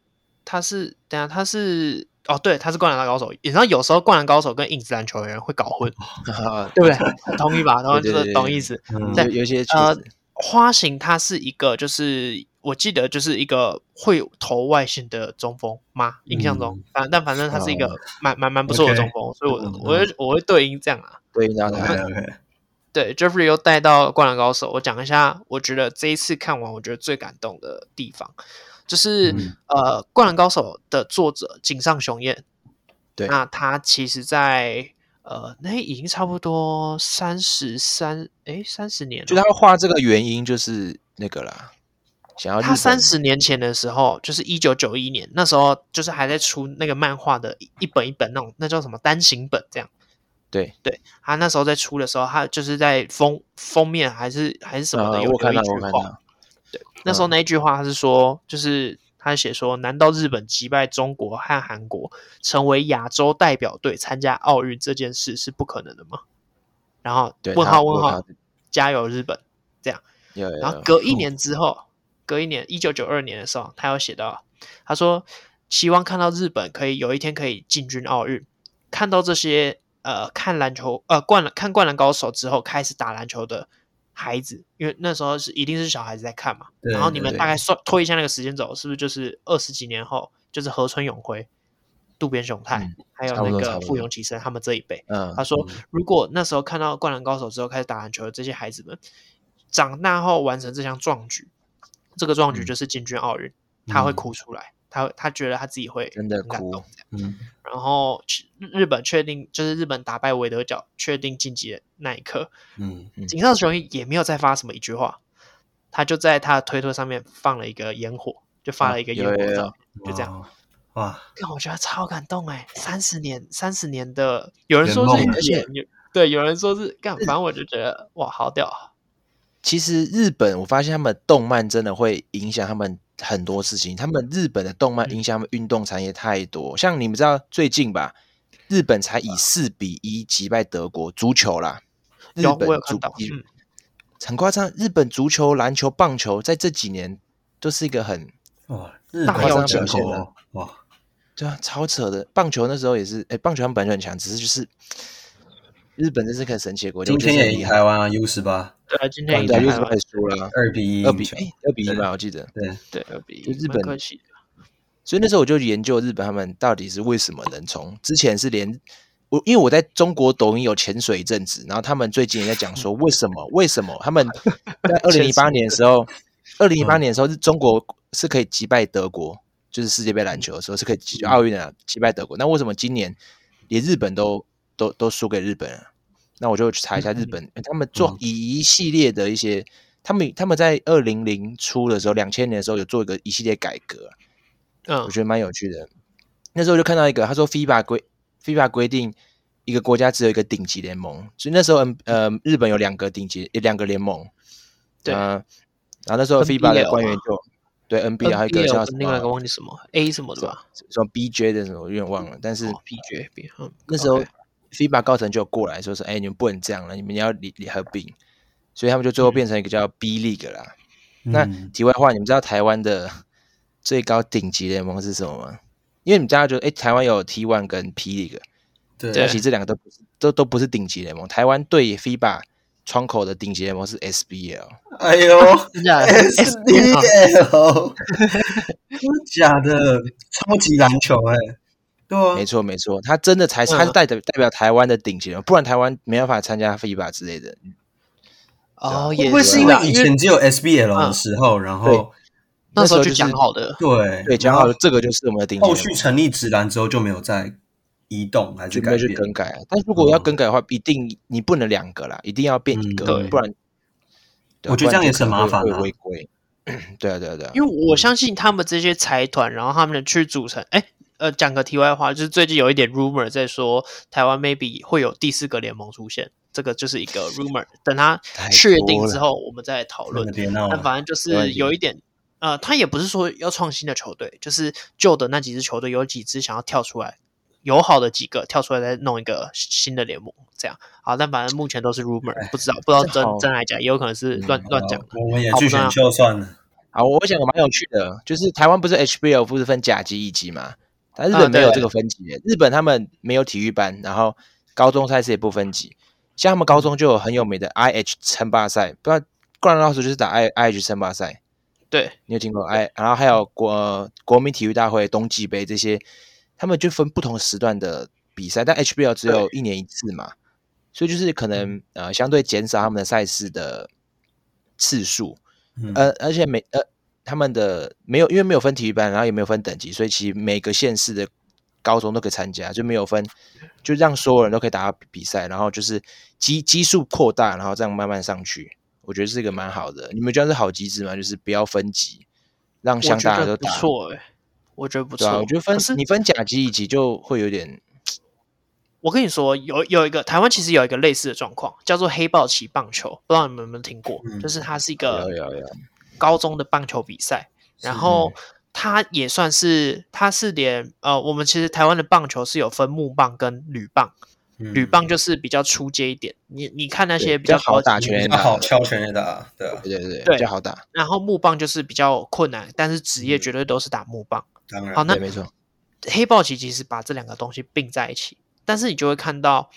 他是等一下他是哦，对，他是灌篮高手。你知道有时候灌篮高手跟影子篮球员会搞混， 啊，对不对？同意 吧？同意对就对是懂意思。嗯在有有一些呃确实，花形他是一个，就是我记得就是一个会投外线的中锋吗？印象嗯中，反、但反正他是一个哦蛮蛮蛮不错的 OK 中锋，所以我嗯嗯我会我会对应这样啊。对应到 OK 他。 OK，对，Jeffrey 又带到《灌篮高手》，我讲一下，我觉得这一次看完，我觉得最感动的地方，就是、嗯呃，《灌篮高手》的作者井上雄彦，对那他其实在呃，那已经差不多三十三，哎，三十年了，就他会画这个原因就是那个啦，想要日他本三十年前的时候，就是一九九一年，那时候就是还在出那个漫画的一一本一本那种，那叫什么单行本这样。对对，他那时候在出的时候，他就是在封封面还是还是什么的，啊，有我看有到一句我看话到，嗯那时候那一句话他是说，就是他写说，难道日本击败中国和韩国，成为亚洲代表队参加奥运这件事是不可能的吗？然后对问他号我问看号到，加油日本！有有然后有，隔一年之后，隔一年一九九二年的时候，他有写到，他说希望看到日本可以有一天可以进军奥运，看到这些呃看篮球呃灌篮看灌篮高手之后开始打篮球的孩子，因为那时候是一定是小孩子在看嘛，对然后你们对大概算推一下那个时间轴，是不是就是二十几年后，就是河村永辉渡边雄太，嗯还有差不那多差个富不多永启生他们这一辈。嗯，他说，如果那时候看到《灌篮高手》之后开始打篮球的这些孩子们，长大后完成这项壮举，这个壮举嗯就是进军奥运，他会嗯哭出来，他他觉得他自己会真的很感哭动这样嗯然后去日本确定就是日本打败韦德角确定晋级的那一刻，嗯嗯井上雄一也没有再发什么一句话，他就在他的推特上面放了一个烟火，就发了一个烟火哦有有有照片，就这样。哇哦哇，但我觉得超感动哎，三十年三十年的，有人说圆是梦而且有对，有人说是干，反正我就觉得哇，好屌啊！其实日本，我发现他们动漫真的会影响他们很多事情。他们日本的动漫嗯影响他们运动产业太多，像你们知道最近吧，日本才以四比一击败德国足球啦。日有本我有看足到，以嗯，很夸张，日本足球、篮球、棒球在这几年都是一个很哇，日大本妖德精国哦哇，对啊，超扯的。棒球那时候也是，哎，棒球他们本来就很强，只是就是日本真是个很神奇的国家。今天我也觉得是很赢厉害，台湾啊，U 十八对，今天对赢啊，又台是湾，输了二比一，二比球，哎二比一吧，我记得。对，对，二比一就日蛮本可惜的。所以那时候我就研究日本他们到底是为什么能从之前是连我，因为我在中国抖音有潜水一阵子，然后他们最近也在讲说为什么为什么他们 在二零一八年的时候，二零一嗯八年的时候是中国是可以击败德国，就是世界杯篮球的时候是可以击嗯奥运啊击败德国，那为什么今年连日本都都都输给日本了？那我就去查一下日本，他们做嗯一系列的一些，他们他们在二零零初的时候，两千年的时候有做一个一系列改革啊、嗯我，觉得蛮有趣的。那时候就看到一个，他说 FIBA 规 FIBA 规定一个国家只有一个顶级联盟，所以那时候嗯呃日本有两个顶级两个联盟，对呃然后那时候 FIBA 的 NBL 官员就对 NBA 啊还有一个 NBL 叫什跟另外一个么忘记什么 A 什么的吧，什么 BJ 的什么，我有点忘了，但是。哦 PJ 比嗯，那时 候 OK FIBA 高层就过来说是，哎、你们不能这样了，你们要理理合并，所以他们就最后变成一个叫 B League 啦。那嗯题外话，你们知道台湾的 最高顶级联盟是什么吗？因为你们大家觉得，哎、台湾有 T One 跟 P League，但对其实这两个都不是，都都不是顶级联盟。台湾对 FIBA 窗口的顶级联盟是 SBL，哎呦真的，SBL，真的假的？超级篮球哎，对啊没，错没错，他真的嗯才他是代表代表台湾的顶级联盟，不然台湾没办法参加 FIBA 之类的。哦，会也不会是因为啦以前只有 SBL 嗯的时候，然后那时候就就是讲好嗯的，对对，讲好了，这个就是我们的顶级后联盟。续成立直男之后就没有再移动还是准改备去变，更改啊。但如果要嗯更改的话，一定你不能两个啦，一定要变一个，嗯对不然对啊我觉得不然这样也是很可能麻会烦啊会违 规。对啊，对啊，对啊，因为我相信他们这些财团，然后他们去组成，哎，呃，讲个题外话，就是最近有一点 rumor 在说台湾 maybe 会有第四个联盟出现，这个就是一个 rumor，等它太确多定了之后我们再来讨真论的。别闹但了，反正就没问是题有一点，呃，他也不是说要创新的球队，就是旧的那几支球队有几支想要跳出来，友好的几个跳出来再弄一个新的联盟，这样。好，但反正目前都是 rumor，不知道不知道哎这好嗯真真还假，也有可能是乱乱讲的。好我们也好去不重要选秀算了，好，我讲个蛮有趣的，就是台湾不是 HBO 不是分甲级、乙级嘛？但日啊本没有对这个分级耶，日本他们没有体育班，然后高中赛事也不分级。像他们高中就有很有名的 IH 称霸赛，不知道灌篮高手就是打 I IH 称霸赛，对，你有听过？哎，然后还有国、呃国民体育大会、冬季杯这些，他们就分不同时段的比赛，但 HBL 只有一年一次嘛，所以就是可能呃相对减少他们的赛事的次数，嗯呃，而且每呃他们的没有因为没有分体育班，然后也没有分等级，所以其实每个县市的高中都可以参加，就没有分，就让所有人都可以打到比赛，然后就是基基数扩大，然后这样慢慢上去。我觉得是一个蛮好的，你们觉得是好机制吗？就是不要分级，让我像大觉家得都不打，错哎、我觉得不对错。啊，我觉得分可是你分甲级乙级就会有点，我跟你说，有有一个台湾其实有一个类似的状况，叫做黑豹旗棒球，不知道你们有没有听过？嗯就是它是一个有嗯有有，高中的棒球比赛，然后它也算是，它是连呃，我们其实台湾的棒球是有分木棒跟铝棒，铝铝棒就是比较出街一点，你你看那些嗯对比比较较好高级打的拳他好敲全垒打，对啊，对对对，对比较好打，然后木棒就是比较困难，但是职业嗯绝对都是打木棒。当然好，那对，没错，黑豹旗其实把这两个东西并在一起，但是你就会看到，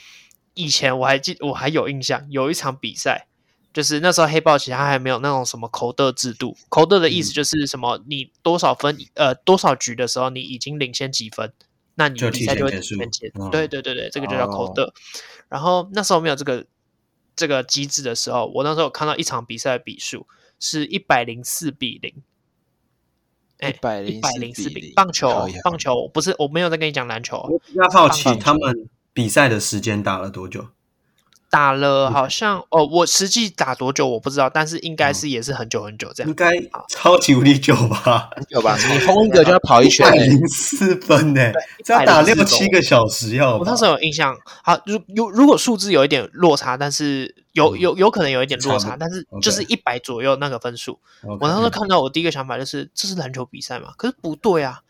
以前我还记，我还有印象，有一场比赛，就是那时候黑豹旗它还没有那种什么扣的制度，扣的的意思就是什么，你多少分，呃，多少局的时候你已经领先几分，那你就比提赛前就会结提束前结嗯对对对对，这个就叫哦 call 的。然后那时候没有这个这个机制的时候，我那时候有看到一场比赛的比数是一百零四比零，哎，一百零四104比哦比0棒球好呀棒球我不是我没有在跟你讲篮球哦，我比较好奇棒球他们比赛的时间打了多久？打了嗯好像哦，我实际打多久我不知道，但是应嗯该是也是很久很久这样应。该超级无敌久吧？有吧？你轰一个就要跑一圈百欸，零四分呢、这要打104六个七个小时要吧？我那时候有印象，好，如有如果数字有一点落差，但是有嗯有有可能有一点落差差，不但是 OK 就是一百左右那个分数。我我那时候看到，我第一个想法就是这是篮球比赛嘛？可是不对啊。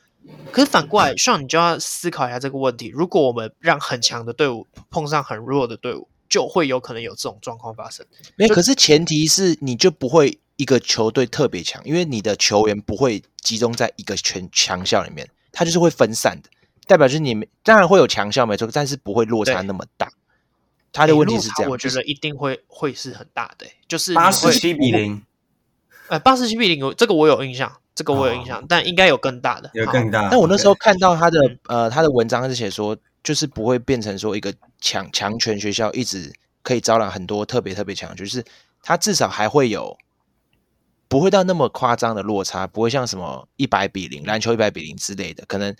可是反过来，像你就要思考一下这个问题：如果我们让很强的队伍碰上很弱的队伍，就会有可能有这种状况发生。没有，可是前提是你就不会一个球队特别强，因为你的球员不会集中在一个全强校里面，他就是会分散的，代表就是你们当然会有强校没错，但是不会落差对那么大。他的问题诶是落差这样，我觉就是得一定会会是很大的、就是你八会十七比零，呃，八十七比零，这个我有印象，这个我有印哦象，但应该有更大的，有好更大。但我那时候啊 OK 看到他的呃他的文章是写说，就是不会变成说一个强强权学校一直可以招揽很多特别特别强的球，就是他至少还会有不会到那么夸张的落差，不会像什么一百比零篮球一百比零之类的，可能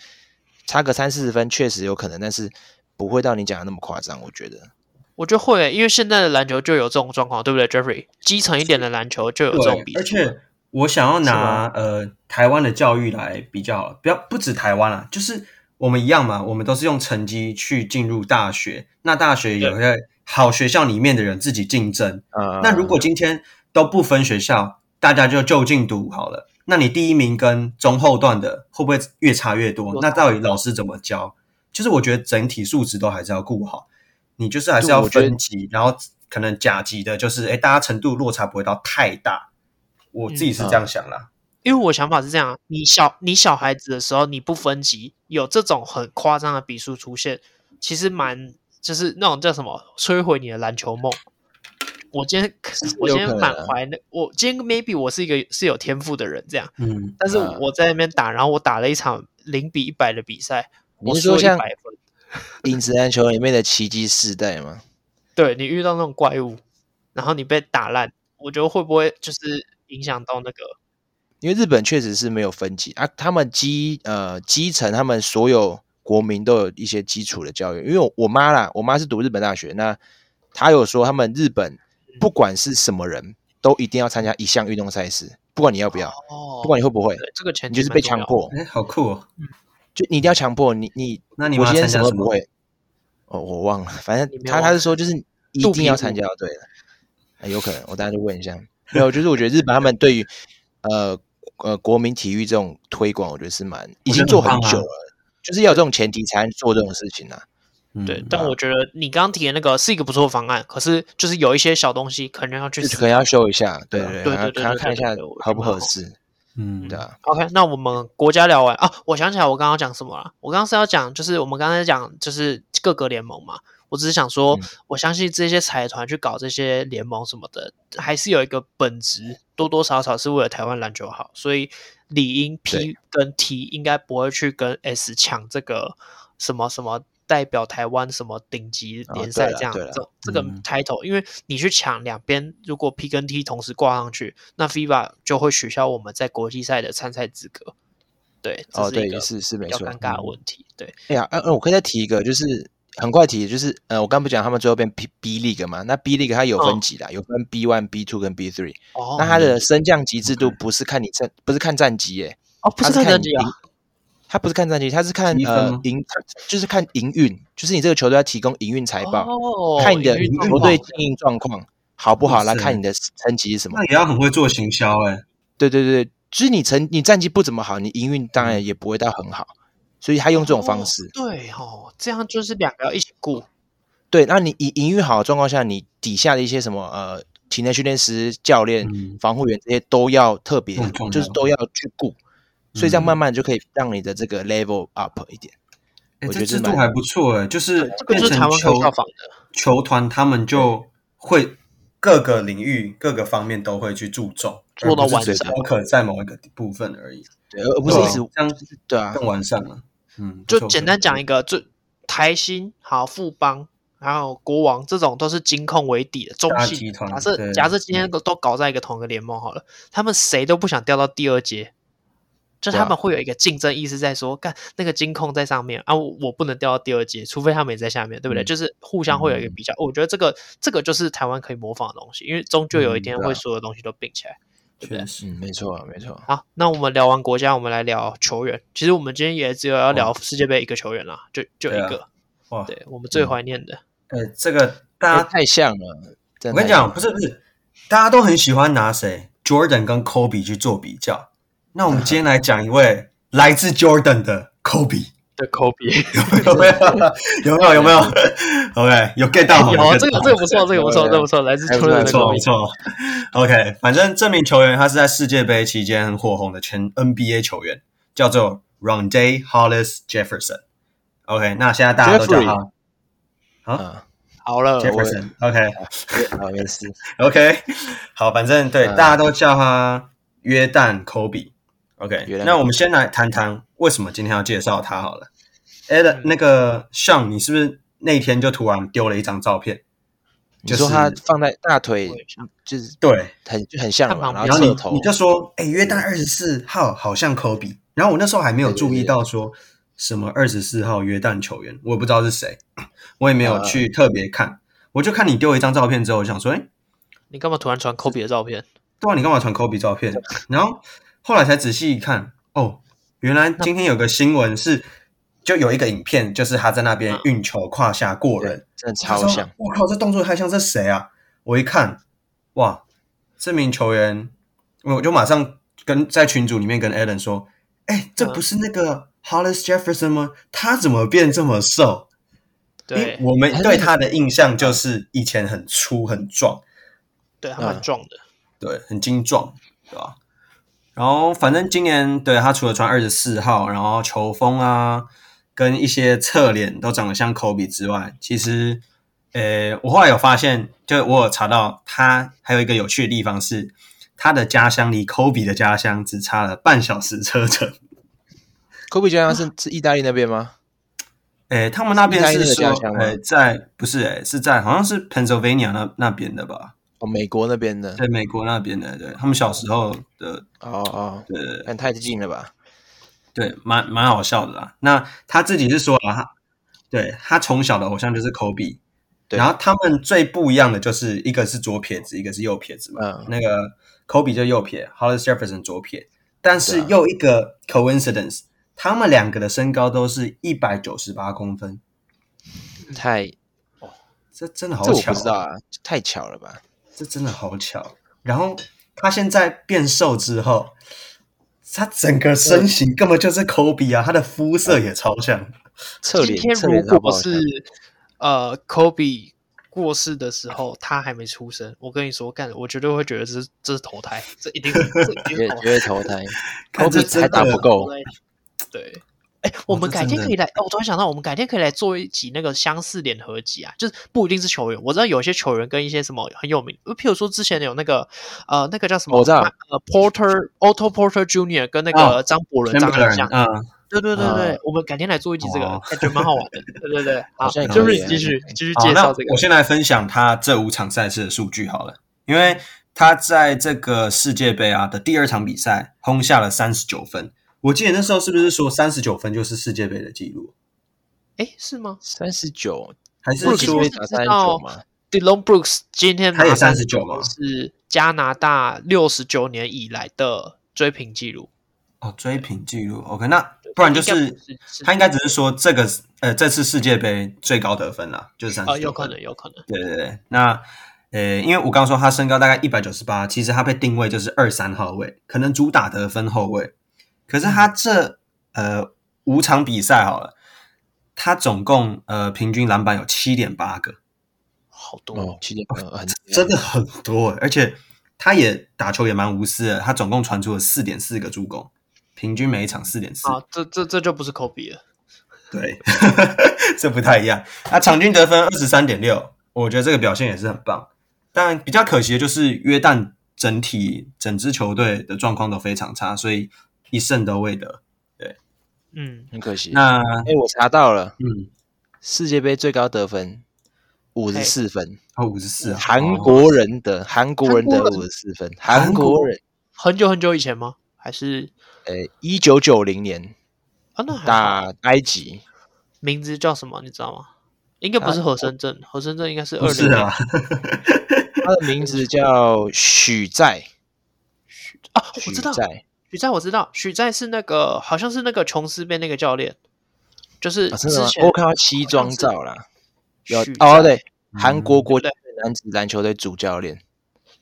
差个三四十分确实有可能，但是不会到你讲的那么夸张，我觉得。我觉得会、因为现在的篮球就有这种状况，对不对，Jeffrey？基层一点的篮球就有这种比对，而且我想要拿呃台湾的教育来比较好了，不要不止台湾啦，就是我们一样嘛，我们都是用成绩去进入大学，那大学有些好学校里面的人自己竞争，呃，那如果今天都不分学校，大家就就近读好了，那你第一名跟中后段的会不会越差越多多？那到底老师怎么教？就是我觉得整体素质都还是要顾好，你就是还是对要我觉得分级，然后可能甲级的，就是诶，大家程度落差不会到太大。我自己是这样想啦，因为我想法是这样啊，你小你小孩子的时候你不分级，有这种很夸张的比数出现，其实蛮就是那种叫什么摧毁你的篮球梦。我今天我今天有可能满啊怀那我今天 maybe 我是一个是有天赋的人这样，嗯，但是嗯我在那边打，然后我打了一场零比一百的比赛，你我是输说了一像百分，影子篮球里面的奇迹世代吗？对你遇到那种怪物，然后你被打烂，我觉得会不会就是影响到那个？因为日本确实是没有分级啊，他们基呃基层他们所有国民都有一些基础的教育。因为我我妈啦，我妈是读日本大学，那她有说他们日本嗯不管是什么人都一定要参加一项运动赛事，不管你要不要，哦不管你会不会，对这个前你提就是蛮被重强要迫，诶，好酷哦！就你一定要强迫你你。那你我们要今天参什加么什都不么？会，哦，我忘了，反你正没有他忘他是说就是一肚定皮要舞参加，对了、哎有可能我等下就问一下。没有，就是我觉得日本他们对于呃呃国民体育这种推广，我觉得是蛮已我觉经得做很很棒啊久了，就是要有这种前提才能做这种事情啊。嗯对，啊但我觉得你刚刚提的那个是一个不错的方案，可是就是有一些小东西可能要去就是思可能要修一下，对对对对还要对还要对看一对下对我觉合得不蛮合好适，嗯对啊， OK，那我们国家聊完啊，我想起来我刚刚讲什么了。我刚刚是要讲，就是我们刚才讲，就是各个联盟嘛。我只是想说，嗯我相信这些财团去搞这些联盟什么的，还是有一个本质，多多少少是为了台湾篮球好，所以理应 P 跟 T 应该不会去跟 S 抢这个什么什么代表台湾什么顶级哦联对赛啦这样、对啦这这个嗯 title，、因为你去抢两边，如果 P 跟 T 同时挂上去，那 FIBA 就会取消我们在国际赛的参赛资格。对，这哦是一对个是是没比较错嗯尴尬的问题。对，哎呀，呃、呃我可以再提一个，就是很快提，就是呃，我刚不讲他们最后变 B B League 嘛，那 B League 它有分嗯级啦，有分 B One、B Two 跟 B Three，哦那它的升降级制度 OK 不是看你战，不是看战绩耶，哦，不它是看是看成你绩啊赢，，它不是看战绩，它是看积分呃吗营，就是看营运，就是你这个球队要提供营运财报，哦，看你的营运状球况队经营状况好不好，哇塞来看你的成绩是什么那。也要很会做行销哎诶。对对对，就是你成你战绩不怎么好，你营运当然也不会到很好，所以他用这种方哦式。对哦，这样就是两个要一起顾。对，那你营营运好的状况下，你底下的一些什么呃体内训练师、教练、嗯防护员这些都要特别很重，就是要都要去顾，所以这样嗯慢慢就可以让你的这个 level up 一点。哎，我这觉得制这度蛮还不错哎，就是啊这个变就是成台湾可以球效仿的。球团，他们就会各个领域、各个方面都会去注重，做到而不是完只善 focus 在某一个部分而已，对，而而不是一对啊直这样就是对啊，更完善了。嗯，就不错简单讲一不个，就台新、好富邦，还有国王这种都是金控为底的中大集信。团假设对嗯假设今天都都搞在一个同一个联盟好了，他们谁都不想掉到第二节，就对啊他们会有一个竞争意识在说，干那个金控在上面啊，我我不能掉到第二节，除非他们也在下面，对不对？嗯就是互相会有一个比较。我觉得这个这个就是台湾可以模仿的东西，因为终究有一嗯天对啊会所有东西都并起来。错确实，嗯，没错，没错。好，那我们聊完国家，我们来聊球员。其实我们今天也只有要聊世界杯一个球员啦，就就一哦对啊个。哇，对我们最怀念的，呃，这个大哎家太像了，真我的跟太你像讲，不是不是，大家都很喜欢拿谁 Jordan 跟 Kobe 去做比较。那嗯我们今天来讲一位来自 Jordan 的 Kobe，对 Kobe， 有没有？有没有？有没有？OK，有 get 到 吗？有啊 get 这个到这个不错，这个不错，对这个不错，来自还不球员没的错错 Kobe 没错。OK，反正这名球员他是在世界杯期间很火红的全 NBA 球员，叫做 Ronde Hollis Jefferson。OK，那现在大家都叫他啊，好了，呃我 Jefferson。OK，好没 事， OK，好，反正对、呃嗯大家都叫他约旦科比。OK，约旦那我们先来谈谈为什么今天要介绍他好了。嗯哎、的，那个像你是不是那天就突然丢了一张照片？你说就是他放在大腿我也想就是对，很就很像了嘛，他旁然边然后后你侧啊头你，就说，哎、约旦二十四号好像科比。然后我那时候还没有对对注意到说什么二十四号约旦球员，我也不知道是谁，我也没有啊去特别看。我就看你丢一张照片之后，我想说，哎、你干嘛突然传 Kobe 的照片？对啊，你干嘛传科比照片？然后后来才仔细一看，哦，原来今天有个新闻是，就有一个影片，就是他在那边嗯运球胯下过人对，我真的超说像。我靠，这动作太像，这谁啊？我一看，哇，这名球员，我就马上跟在群组里面跟 Allen 说，哎，这嗯不是那个 Hollis Jefferson 吗？他怎么变这么瘦？因为对我们他是对他的印象就是以前很粗很壮，对，他蛮嗯壮的，对，很精壮，对吧？然后反正今年对他除了穿二十四号，然后球风啊，跟一些侧脸都长得像科比之外，其实，呃，我后来有发现，就我有查到他还有一个有趣的地方是，他的家乡离科比的家乡只差了半小时车程。科比家乡啊是是意大利那边吗？诶，呃他们那边意大利是的说家乡，吗呃，在不是诶，是在好像是 Pennsylvania 那那边的吧，哦，美国那边的。在美国那边的，对他们小时候的，哦哦，对，但太近了吧？对，蛮蛮好笑的啦。那他自己是说啊，他对他从小的偶像就是科比，对然后他们最不一样的就是一个是左撇子，一个是右撇子嘛。嗯那个科比就右撇，Hollis Jefferson 左撇，但是对啊又一个 coincidence，、他们两个的身高都是一百九十八公分，太这真嗯的好这我巧、哦不知道，啊，太巧了吧？这真的好巧。哦然后他现在变瘦之后，他整个身形根本就是科比啊，他的肤色也超像。侧今脸天侧脸如超不果好看是呃 Kobe 过世的时候，他还没出生，我跟你说，干，我绝对会觉得这是这是投胎，这一定是这一定 是投胎绝绝对投胎， 看科这比真还打的不够。对，哎、我哇们这改真天的可以来、哦我突然想到，我们改天可以来做一集那个相似联合集啊，就是不一定是球员，我知道有些球员跟一些什么很有名，譬如说之前有那个呃那个叫什么，我知道呃 Porter Otto Porter Junior 跟那哦个张伯伦、张个很人像，啊，对对对对，嗯我们改天来做一集这个哦，感觉蛮好玩的，对对 对，好，好像也就可是以继啊续继续好，介那绍这个我，先来分享他这五场赛事的数据好了，因为他在这个世界杯啊的第二场比赛轰下了三十九分，我记得那时候是不是说三十九分就是世界杯的记录，哎，是吗三十九，还不是是记录说被是知打三十道九吗？ ？Delon Brooks 今天他也拿39 39吗是加拿大六十九年以来的追平记录。哦追平记录？OK，那不然就是他应该只是说这个呃这次世界杯最高得分啦，就是三啊、十有九可分。能，有可能，对对对，那呃，因为我刚说他身高大概一百九十八，其实他被定位就是二三号位，可能主打得分后卫。可是他这呃五场比赛好了，他总共呃平均篮板有七点八个，好多、哦，七点呃很真的很多欸，而且他也打球也蛮无私的，他总共传出了四点四个助攻，平均每一场四点四。啊，这这这就不是科比了。 对，这不太一样。那场均得分二十三点六，我觉得这个表现也是很棒。但比较可惜的就是约旦整体整支球队的状况都非常差，所以一胜都未得。嗯，很可惜。那哎，我查到了，嗯，世界杯最高得分五十四分，哦，五十四，韩哦国人的韩国人啊韩的国人五十四分，韩韩国国人，很久很久以前吗？还是呃，一九九零年啊？那还好打埃及，名字叫什么？你知道吗？应该不是和深圳，和深圳应该是啊不二是零啊啊，，他的名字叫许在，哦我许知道，在啊许在我知道，许在是那个好像是那个琼斯杯那个教练，就是啊，之真的吗？前我哦看到西装照啦，有许在哦，对，韩国嗯国对家男子篮球队主教练，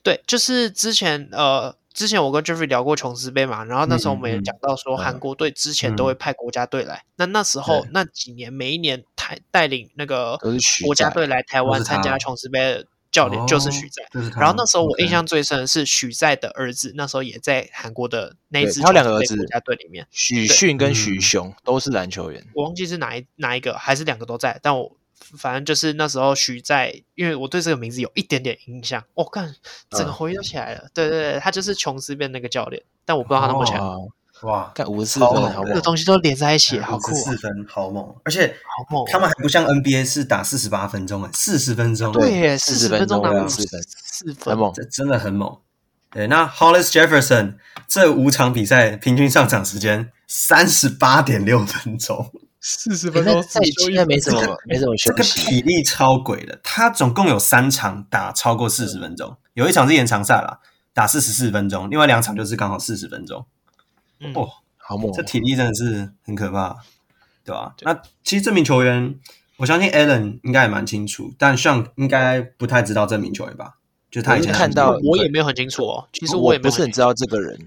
对，就是之前呃，之前我跟 Jeffrey 聊过琼斯杯嘛，然后那时候我们嗯也嗯嗯嗯讲到说，韩国队之前都会派国家队来，那那时候那几年每一年台带领那个都是许国家在队来台都湾是他参加琼斯杯的教练就是哦许在。就是他然后那时候我 OK 印象最深的是许在的儿子，那时候也在韩国的那一对支他有两个琼儿斯杯子国家队里面，许迅跟嗯许雄都是篮球员，我忘记是哪一哪一个，还是两个都在，但我反正就是那时候许在，因为我对这个名字有一点点印象，我、看整个嗯回忆都起来了。对对对，他就是琼斯变那个教练，但我不知道他那么强，哇，哇，看哦五十四超分，猛好这个的啊猛！东西都连在一起，好酷、四哦，分，好猛！而且好猛、他哦！们还不像 NBA 是打四十八分钟，哎，四十分钟，对耶，四40十分分钟钟拿对啊五十四分很，猛，这真的很猛。对，那 Hollis Jefferson 这五场比赛平均上场时间三十八点六分钟，四十欸那在现在没什么没什么这休个息，体力超鬼的。他总共有三场打超过四十分钟，有一场是延长赛啦，打四十四分钟，另外两场就是刚好四十分钟。嗯哦，好猛哦！这体力真的是很可怕，对吧、那其实这名球员，我相信 Allen 应该也蛮清楚，但像应该不太知道这名球员吧？就他以前我看到我也没有很清楚哦，其实我我也没不有是很很清楚，知道这个人，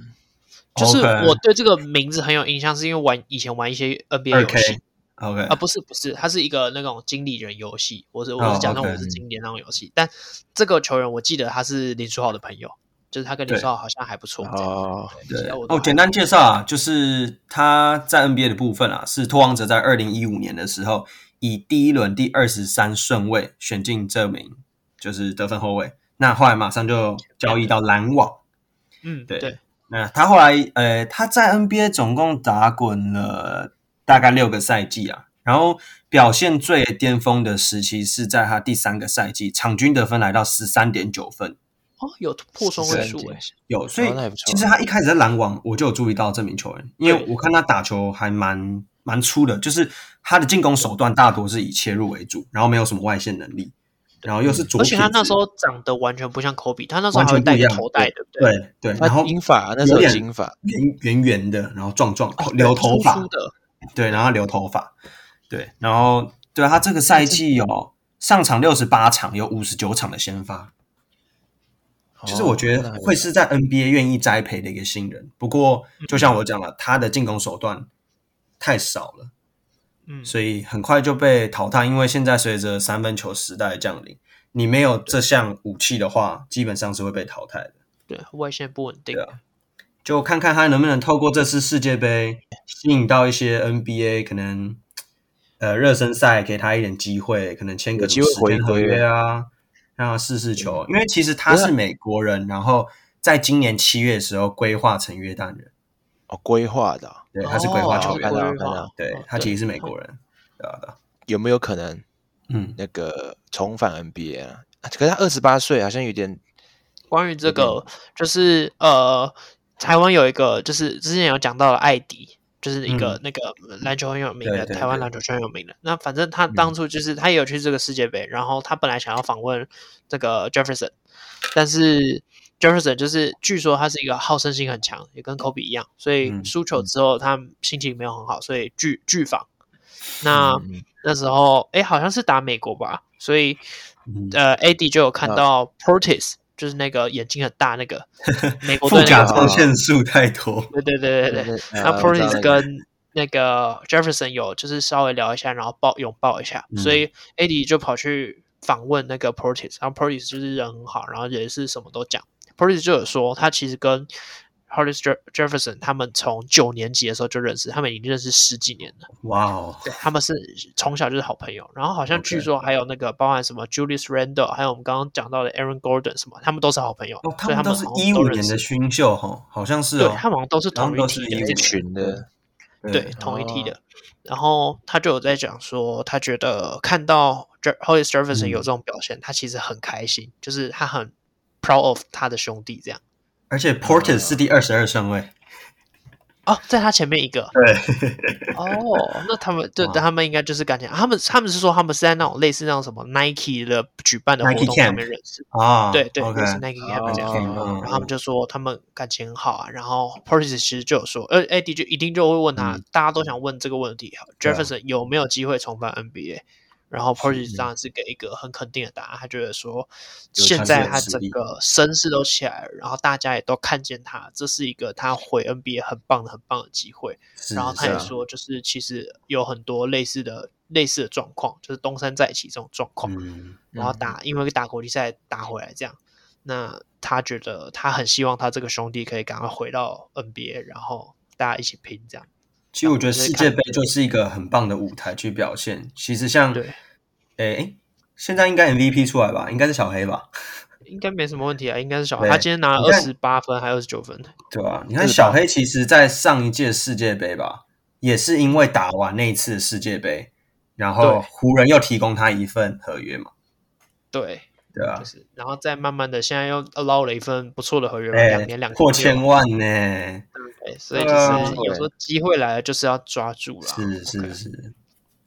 就是我 OK 对这个名字很有印象，是因为玩以前玩一些 NBA 二游 K 戏。 OK 啊，不是不是，它是一个那种经理人游戏，我是我是讲那种哦我是，OK 经理人那种游戏，但这个球员我记得他是林书豪的朋友，就是他跟林对书豪好像还不错。这样哦，其对他我都哦，简单介绍啊，就是他在 NBA 的部分啊，是拓王者在二零一五年的时候，以第一轮第二十三顺位选进这名就是得分后卫，那后来马上就交易到篮网。嗯，对对，那他后来，呃，他在 NBA 总共打滚了大概六个赛季啊，然后表现最巅峰的时期是在他第三个赛季，场均得分来到十三点九分，哦，有破双位数13哎点，有，所以那还不错其实他一开始在篮网，我就有注意到这名球员，因为我看他打球还蛮蛮粗的，就是他的进攻手段大多是以切入为主，然后没有什么外线能力，然后又是嗯左而撇子，且他那时候长得完全不像科比，他那时候完还会全不戴一个样，头带，对不对？对对，然他后金发那时有候有点金发，圆圆圆的，然后壮壮，哦留头发，粗粗的，对，然后留头发，对，然后对啊他这个赛季有上场六十八场，有五十九场的先发，就是哦我觉得会是在 NBA 愿意栽培的一个新人。不过就像我讲了，他的进攻手段太少了，嗯，所以很快就被淘汰。因为现在随着三分球时代的降临，你没有这项武器的话，基本上是会被淘汰的。对外线不稳定对，啊就看看他能不能透过这次世界杯吸引到一些 NBA 可能呃热身赛，给他一点机会，可能签个有机会什么时间合回归约啊，让他试试球。因为其实他是美国人，然后在今年七月的时候规划成约旦人，哦规划的哦对，他是规划成哦约旦规人，划哦对哦他其实是美哦国人，对啊对啊，有没有可能嗯，那个重返 NBA 啊？啊可是他二十八岁，好像有点关嗯于这个，就是呃，台湾有一个，就是之前有讲到的艾迪，就是一个嗯那个篮球很有名的，对对台湾对嗯篮球圈有名的。那反正他当初就是他也有去这个世界杯，然后他本来想要访问这个 Jefferson，但是 Jefferson 就是据说他是一个好胜心很强，也跟 Kobe 一样，所以嗯输球之后他心情没有很好，所以拒拒访。那嗯嗯那时候，哎，好像是打美国吧，所以嗯呃，AD 就有啊看到 Portis，就是那个眼睛很大那 个美国队那副甲个，状腺素太多，对对对对对。对那啊我知道 Portis 那个跟那个 Jefferson 有就是稍微聊一下，然后抱拥抱一下，嗯所以 AD 就跑去访问那个 Portis，然后 Portis 就是人很好，然后也是什么都讲。Portis 就有说，他其实跟 Hollis Je- Jefferson 他们从九年级的时候就认识，他们已经认识十几年了。哇哦，对，他们是从小就是好朋友。然后好像 OK 据说还有那个包含什么 Julius Randle，还有我们刚刚讲到的 Aaron Gordon 什么，他们都是好朋友，哦，他所以们们都好是像一都五认年识的，勋秀哈，好像是对哦，他们好像都是他同们一都是批一的五哦一群的，对，同一梯的。然后他就有在讲说，他觉得看到 Jer- Hollis Jefferson 嗯有这种表现，他其实很开心，就是他很 proud of 他的兄弟这样。而且 Porter 是第二十二顺位，哦，在他前面一 个对，哦，那他们对，哇他们应该就是感情，他们他们是说他们是在那种类似那种什么 Nike 的举办的活 Nike 动上 Camp 面认识，啊，对对， ，OK，类似 Nike Camp 哦这样。嗯然后他们就说他们感情很好啊，然后 Portis 其实就有说，呃，AD 就一定就会问他，大家都想问这个问题好嗯对啊，Jefferson 有没有机会重返 NBA？然后 Portis 是嗯当然是给一个很肯定的答案，他觉得说有现他是在有他实整力个声势都起来了，然后大家也都看见他，这是一个他回 NBA 很棒的很棒的机会。是然后他是也啊说，就是其实有很多类似的类似的状况，就是东山再起这种状况。嗯，然后打，因为打国际赛打回来这样，那他觉得他很希望他这个兄弟可以赶快回到 NBA，然后大家一起拼这样。其实我觉得世界杯就是一个很棒的舞台去表现。其实像，对，诶，现在应该 MVP 出来吧？应该是小黑吧？应该没什么问题啊，应该是小对他今天拿了你二看十八分还二十九分，对吧、你看小黑其实，在上一届世界杯吧，也是因为打完那一次世界杯，然后对湖人又提供他一份合约嘛，对，对吧、就是然后再慢慢的现在又捞了一份不错的合约嘛，诶，两年两哎破千六千万呢，对，所以就对啊是有时候机会来了就是要抓住了。是 OK 是是，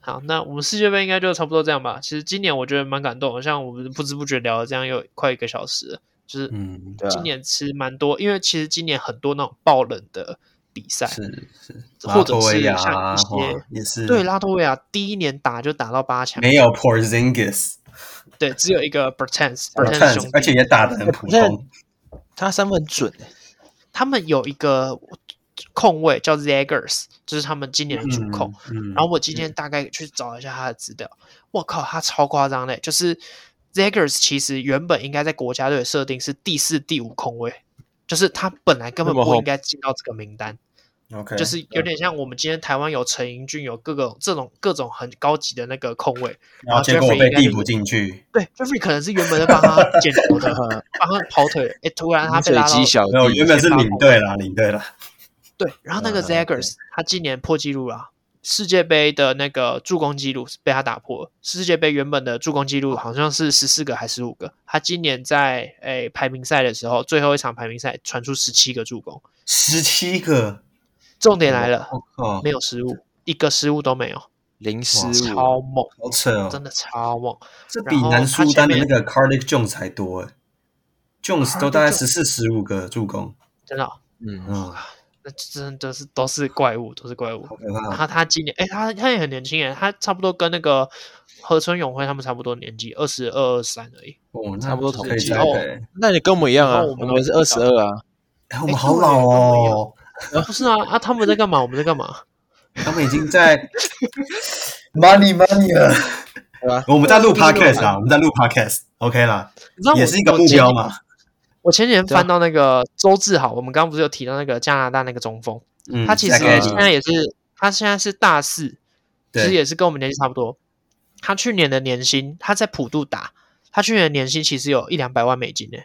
好，那我们世界杯应该就差不多这样吧。其实今年我觉得蛮感动的，像我们不知不觉聊了这样又快一个小时了，就是嗯，对啊今年其实蛮多，因为其实今年很多那种爆冷的比赛，是是，或者拉脱维是亚像一些哦也是对拉脱维亚第一年打就打到八强，没有 Porzingis，对，只有一个 Bertans Bertans， Bertans 兄弟，而且也打得很普通，他三分很准欸，他们有一个控卫叫 Zagers，就是他们今年的主控。嗯，嗯然后我今天大概去找一下他的资料，我靠，他超夸张嘞！就是 Zagers 其实原本应该在国家队的设定是第四、第五空位，就是他本来根本那么不后应该进到这个名单， OK，就是有点像我们今天台湾有陈盈俊，有各种这种各种很高级的那个空位，然后结果被递补进去，对，Jeffrey 可能是原本在帮他捡球 的，帮他跑腿，哎，突然他被欸水拉到鸡小没有，弟原本是领队啦，领队啦，对，然后那个嗯 Zagers、他今年破纪录了，世界杯的那个助攻记录是被他打破了。世界杯原本的助攻记录好像是十四个还是十五个，他今年在诶排名赛的时候，最后一场排名赛传出十七个助攻。十七个，重点来嗯了，我靠，没有失误，一个失误都没有，零失误，超猛，好扯真哦，的超猛。这比南苏丹的那个 Cardiff Jones 还多哎，Jones 都大概 Cardiff 十四十五个助攻，真的哦、嗯，嗯，那真的是都是怪物，都是怪物好。可怕哦然，后他今年，哎，他他也很年轻哎，他差不多跟那个河村永辉他们差不多年纪，二十二、二三而已。哦，那差不多就同可以期栽哦培，那你跟我们一样啊，然后我我们们是二十二啊，哎，我们哎好对老跟我们一样哦，不是啊啊！他们在干嘛？我们在干嘛？他们已 经在 money money 了。对吧？我们在录对啊就是 podcast 啊，我们在录 podcast，OK 啦，你知道我也是一个目标。啊嘛。我前几天我前几天翻到那个周志豪，我们刚刚不是有提到那个加拿大那个中锋，嗯他其实大概现在也是，他现在是大四，其实对也是跟我们年纪差不多。他去年的年薪，他在普渡打，他去年的年薪其实有一两百万美金呢，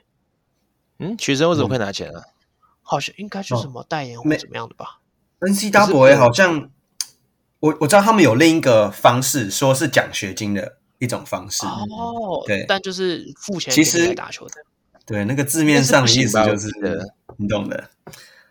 嗯，学生为什么会拿钱啊？好像应哦该就是什么代言或没怎么样的吧？ N C W A 好像，我我知道他们有另一个方式，说是奖学金的一种方式。哦，嗯对但就是付钱其给你实来打球的，对，那个字面上的意思就那是是不行吧我记得，你懂的。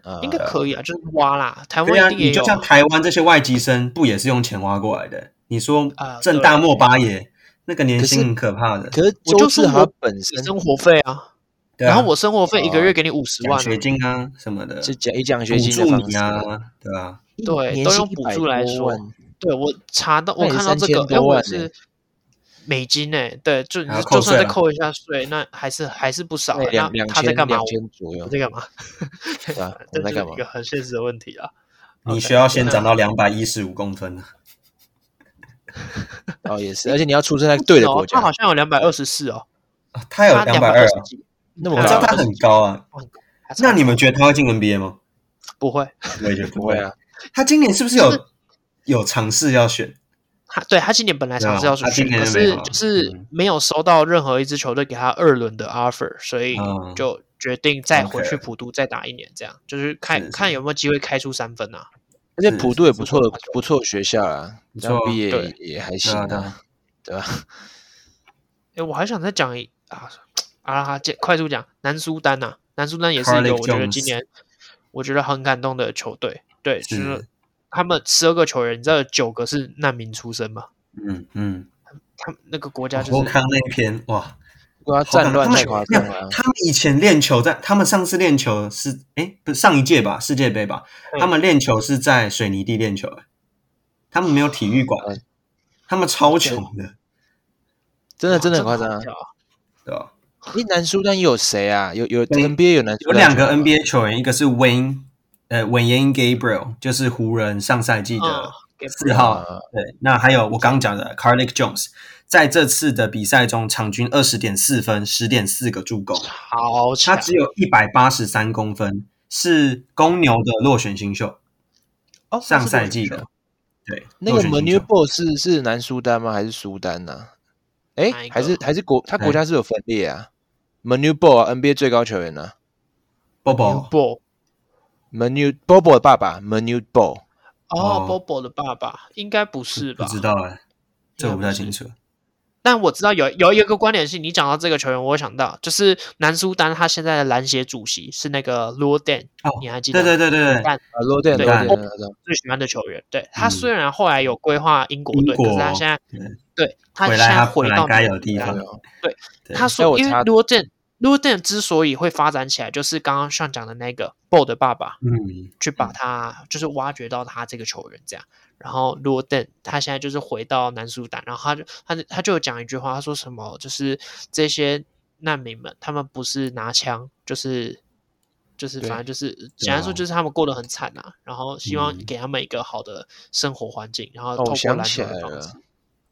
啊，应该可以啊，就是挖啦，台呃对啊，湾一定你也有就像台湾这些外籍生，不也是用钱挖过来的？你说啊对正大莫巴也那个年可薪是很可怕的，可是我周就志说豪我本身生活费啊，对啊然后我生活费一个月给你五十万、奖啊，学金啊什么的，是奖以奖补学金的助方你式啊，，对啊。对年都薪用补100助来多说万对我查到，那我也看到这个3000，哎，多我万是呢美金哎，对，就你还要就扣算税再啊扣一下税，那还是还是不少啊对。两那两他在千干嘛？两千左右我，在干嘛？对吧？我这们是在干嘛一个？很现实的问题啊。你 OK，需要先长那到两百一十五公分啊。哦，也是，而且你要出生在对的哦国他家好，像有两百二十四哦，啊他有两两百百二二啊十，几，那我么知道高，他很高啊。哇他超那你高们觉得他会进 NBA 吗？不会？我也觉得不会。啊，他今年是不是有就是有尝试要选？他对他今年本来对啊尝试要出他去，今年可就没是有就了是嗯没有收到任何一支球队给他二轮的 offer，所以嗯就决定再回去 OK 普渡再打一年，这样就是是看是看有没有机会开出三分啊。而且是普渡也不错，不错学校啦，不这样错啊毕业对也也还行对啊啊，对吧？哎，我还想再讲一啊啊，简快速讲南苏丹呐、南苏丹也是一 Carlick 个我觉得 Jones 今年我觉得很感动的球队，对，就是是他们十二个球员，你知道有九个是难民出身嘛？嗯嗯，他们那个国家哦我就是看那篇哇，如果要好感战乱他们太夸张啊没了有，他们以前练球在，他们上次练球是哎，不是上一届吧，世界杯吧，嗯他们练球是在水泥地练球，哎他们没有体育馆嗯，他们超穷的，真的真的很哇夸张啊好！屌啊对吧？诶，南苏丹有谁啊？有有对 NBA 有南苏有丹两球个员吗 NBA 球员，一个是 Wayne，呃，Wayne Gabriel，就是湖人上赛季的嗯给四号，啊对，那还有我刚讲的 Carlick Jones，在这次的比赛中，场均二十点四分，十点四个助攻，好他强只有一百八十三公分，是公牛的落选新秀，哦！上赛季的啊那是。对，那落个选 m a 新 n u 秀 b o 是是南苏丹吗？还是苏丹呢、诶，哪一个还是还是国，他哪国一个家是有分裂啊。m a n u b o 啊，NBA 最高球员呢、啊、 Bobo Bobo Bobo m a n u Bobo 的爸爸啊 m a n u b o 哦哦，Bobo 的爸爸应该不是吧？不知道哎，这我不太应该清不是楚。但我知道有有一个关联性，你讲到这个球员，我想到就是南苏丹他现在的篮协主席是那个罗丹，哦你还记得？对对对对对，但啊，罗店对罗对店，罗店最喜欢的球员，对嗯他虽然后来有规划英国队，英国可是他现在对对他回现来在他回本来到该美有的地国方啊来了。对他哎说，我因为查罗丹罗丹之所以会发展起来，就是刚刚上讲的那个 b o 的爸爸，嗯，去把他就是挖掘到他这个球员这样。然后罗登他现在就是回到南苏丹，然后他就他就他就有讲一句话，他说什么就是这些难民们，他们不是拿枪，就是就是对啊反正就是简单说就是他们过得很惨啊，然后希望嗯给他们一个好的生活环境，然后哦透我过想篮起球来的方了式，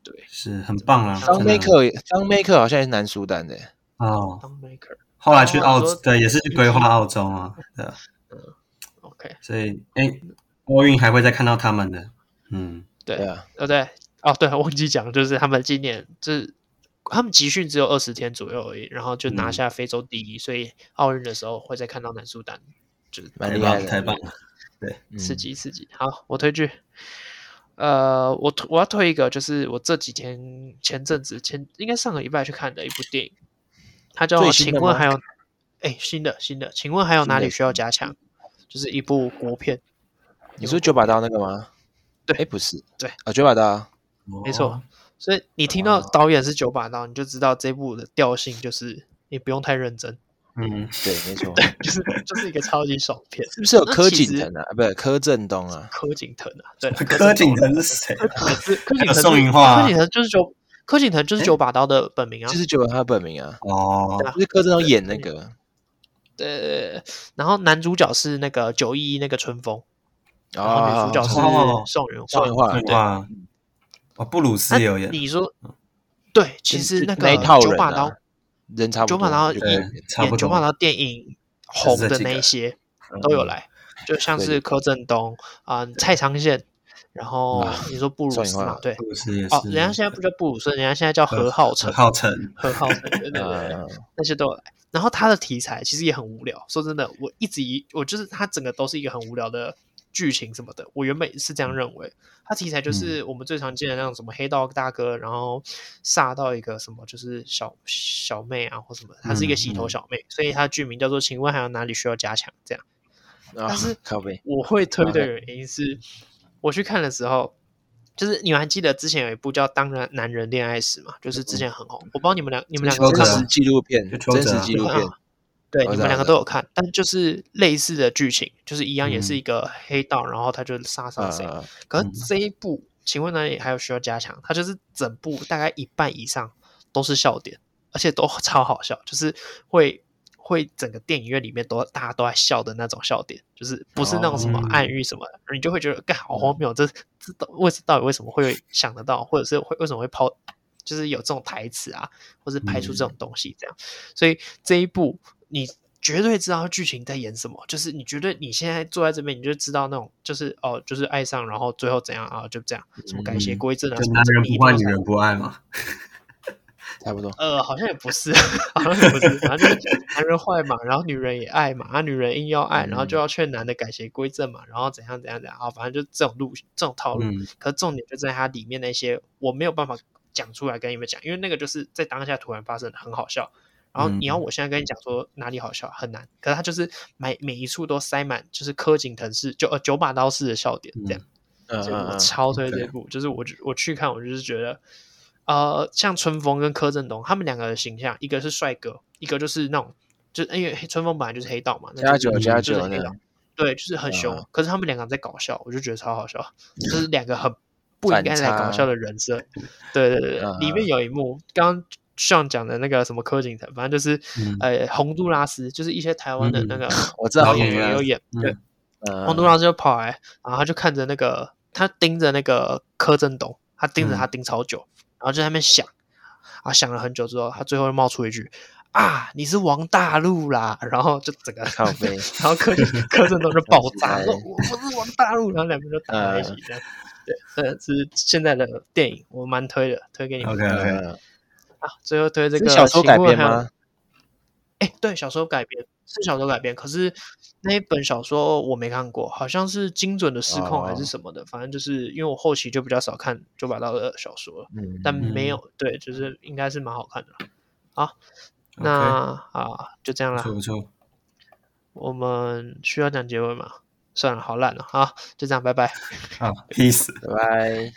对是很棒啦，当真，Don 的 Maker 也 Don Maker 好像也是南苏丹的、哦，当 maker 后来去哦澳你说，对，也是去规划澳洲啊，对啊， OK 所以哎，奥运还会再看到他们的，嗯，对对啊，哦对哦对，忘记讲，就是他们今年就是他们集训只有二十天左右而已，然后就拿嗯下非洲第一，所以奥运的时候会再看到南苏丹，就是蛮太厉害棒的，太棒了，嗯刺激刺激。好，我推剧。呃，我推我要推一个，就是我这几天前阵子前应该上个礼拜去看的一部电影，它叫最《新请的问吗还有》，哎，新的新的，请问还有哪新的嗯里需要加强？就是一部国片，你说九把刀那个吗？对哎，不是，对啊，九把刀，没错哦，。所以你听到导演是九把刀，你就知道这部的调性就是你不用太认真，嗯，对，没 错，就是就是一个超级爽片。是不是有那柯其景实腾啊？啊不是柯震东啊？柯景腾啊，对， 柯景腾是是谁啊？柯景还有腾是，宋云桦啊柯景腾就是九，柯景腾就是九把刀的本名啊就。是九把刀的本名啊，哦，就是柯震东演那个呃，然后男主角是那个九一一那个春风，然后啊，女主角哦是哦宋云宋桦云。画对话，哦，布鲁斯也有演啊那，你说，对，其实那个一套九人把啊刀人差不九多，嗯把刀就对演员差演不九把多，刀电影红这的几那个一些都有嗯来，就像嗯对是对柯震东啊、蔡昌宪，然后啊你说布宋鲁颖嗯斯花嘛，对布，鲁斯也是哦，，人家现在不叫布鲁斯，人家现在叫何浩晨，浩辰，何浩晨，对对对对，呃，那些都有来。然后他的题材其实也很无聊，说真的，我一直以我就是他整个都是一个很无聊的剧情什么的，我原本是这样认为。他题嗯材就是我们最常见的那种什么黑道大哥，然后煞到一个什么就是小小妹啊或什么，她是嗯一个洗头小妹，所以她的剧名叫做“请问还有哪里需要加强”这样。但是啊靠背，我会推的原因是，我去看的时候，就是你们还记得之前有一部叫《当然男人恋爱史》嘛，就是之前很红，我不知道你们两你们两个有邱真看吗泽实纪录片就，邱真泽实啊纪 录片，对，我你知们道两我个知都有看，但就是类似的剧情，就是一样也是一个黑道，然后他就杀啊杀谁。啊，可是嗯这一部，请问哪里还有需要加强？它就是整部大概一半以上都是笑点，而且都 超好笑，就是会会整个电影院里面都大家都在笑的那种笑点，就是不是那种什么哦嗯暗喻什么的，你就会觉得干好荒谬，这这到为到底为什么会想得到，或者是会为什么会抛，就是有这种台词啊，或是拍出嗯这种东西这样。所以这一部你绝对知道剧情在演什么，就是你绝对你现在坐在这边，你就知道那种就是哦，就是爱上，然后最后怎样啊，就这样，什么改邪嗯归正啊，就什么男这个人你一定不坏，要女看人不爱嘛，差不多。呃，好像也不是， 好像也不是，反正就是男人坏嘛，然后女人也爱嘛，啊，女人硬要爱，然后就嗯要劝男的改邪归正嘛，然后怎样怎样怎样，啊，反正就这种路这种套路。嗯可重点就在它里面那些我没有办法讲出来跟你们讲，因为那个就是在当下突然发生的，很好笑。然后你要我现在跟你讲说哪里好笑很难，可是它就是每每一处都塞满就是柯景腾式就呃九把刀式的笑点这样。嗯所以我嗯超推这对部，就是我去我去看，我就是觉得，呃，像春风跟柯震东他们两个的形象，一个是帅哥，一个就是那种，就因为春风本来就是黑道嘛，那加就是九加就是九黑的道，对，就是很凶。嗯可是他们两个在搞笑，我就觉得超好 笑，就是两个很不应该来搞笑的人设。对对对，对，嗯里面有一幕，刚刚上讲的那个什么柯景腾，反正就是嗯呃，洪都拉斯，就是一些台湾的那个我嗯 知道老演演员员有演，嗯对，嗯洪都拉斯就跑来，然后他就看着那个，他盯着那个柯震东，他盯着他盯超嗯久，然后就在那边想，啊，想了很久之后，他最后冒出一句啊，你是王大陆啦，然后就整个靠 背然后柯 柯震东就爆炸， 想起来说我我是王大陆，然后两个就打嗯在一起这样。对，这是现在的电影，我蛮推的，推给你们。 OK OK，嗯啊，最后推这是个小说改请问编还有吗？哎，对，小说改编是小说改编，可是那一本小说我没看过，好像是精准的失控还是哦什么的，反正就是因为我后期就比较少看九把刀的小说了，嗯，但没有、对，就是应该是蛮好看的啦。好，那啊就这样不啦错，不错，我们哦需要讲结尾吗？算了，好烂了、啊，好，就这样，拜拜。好，peace。拜拜。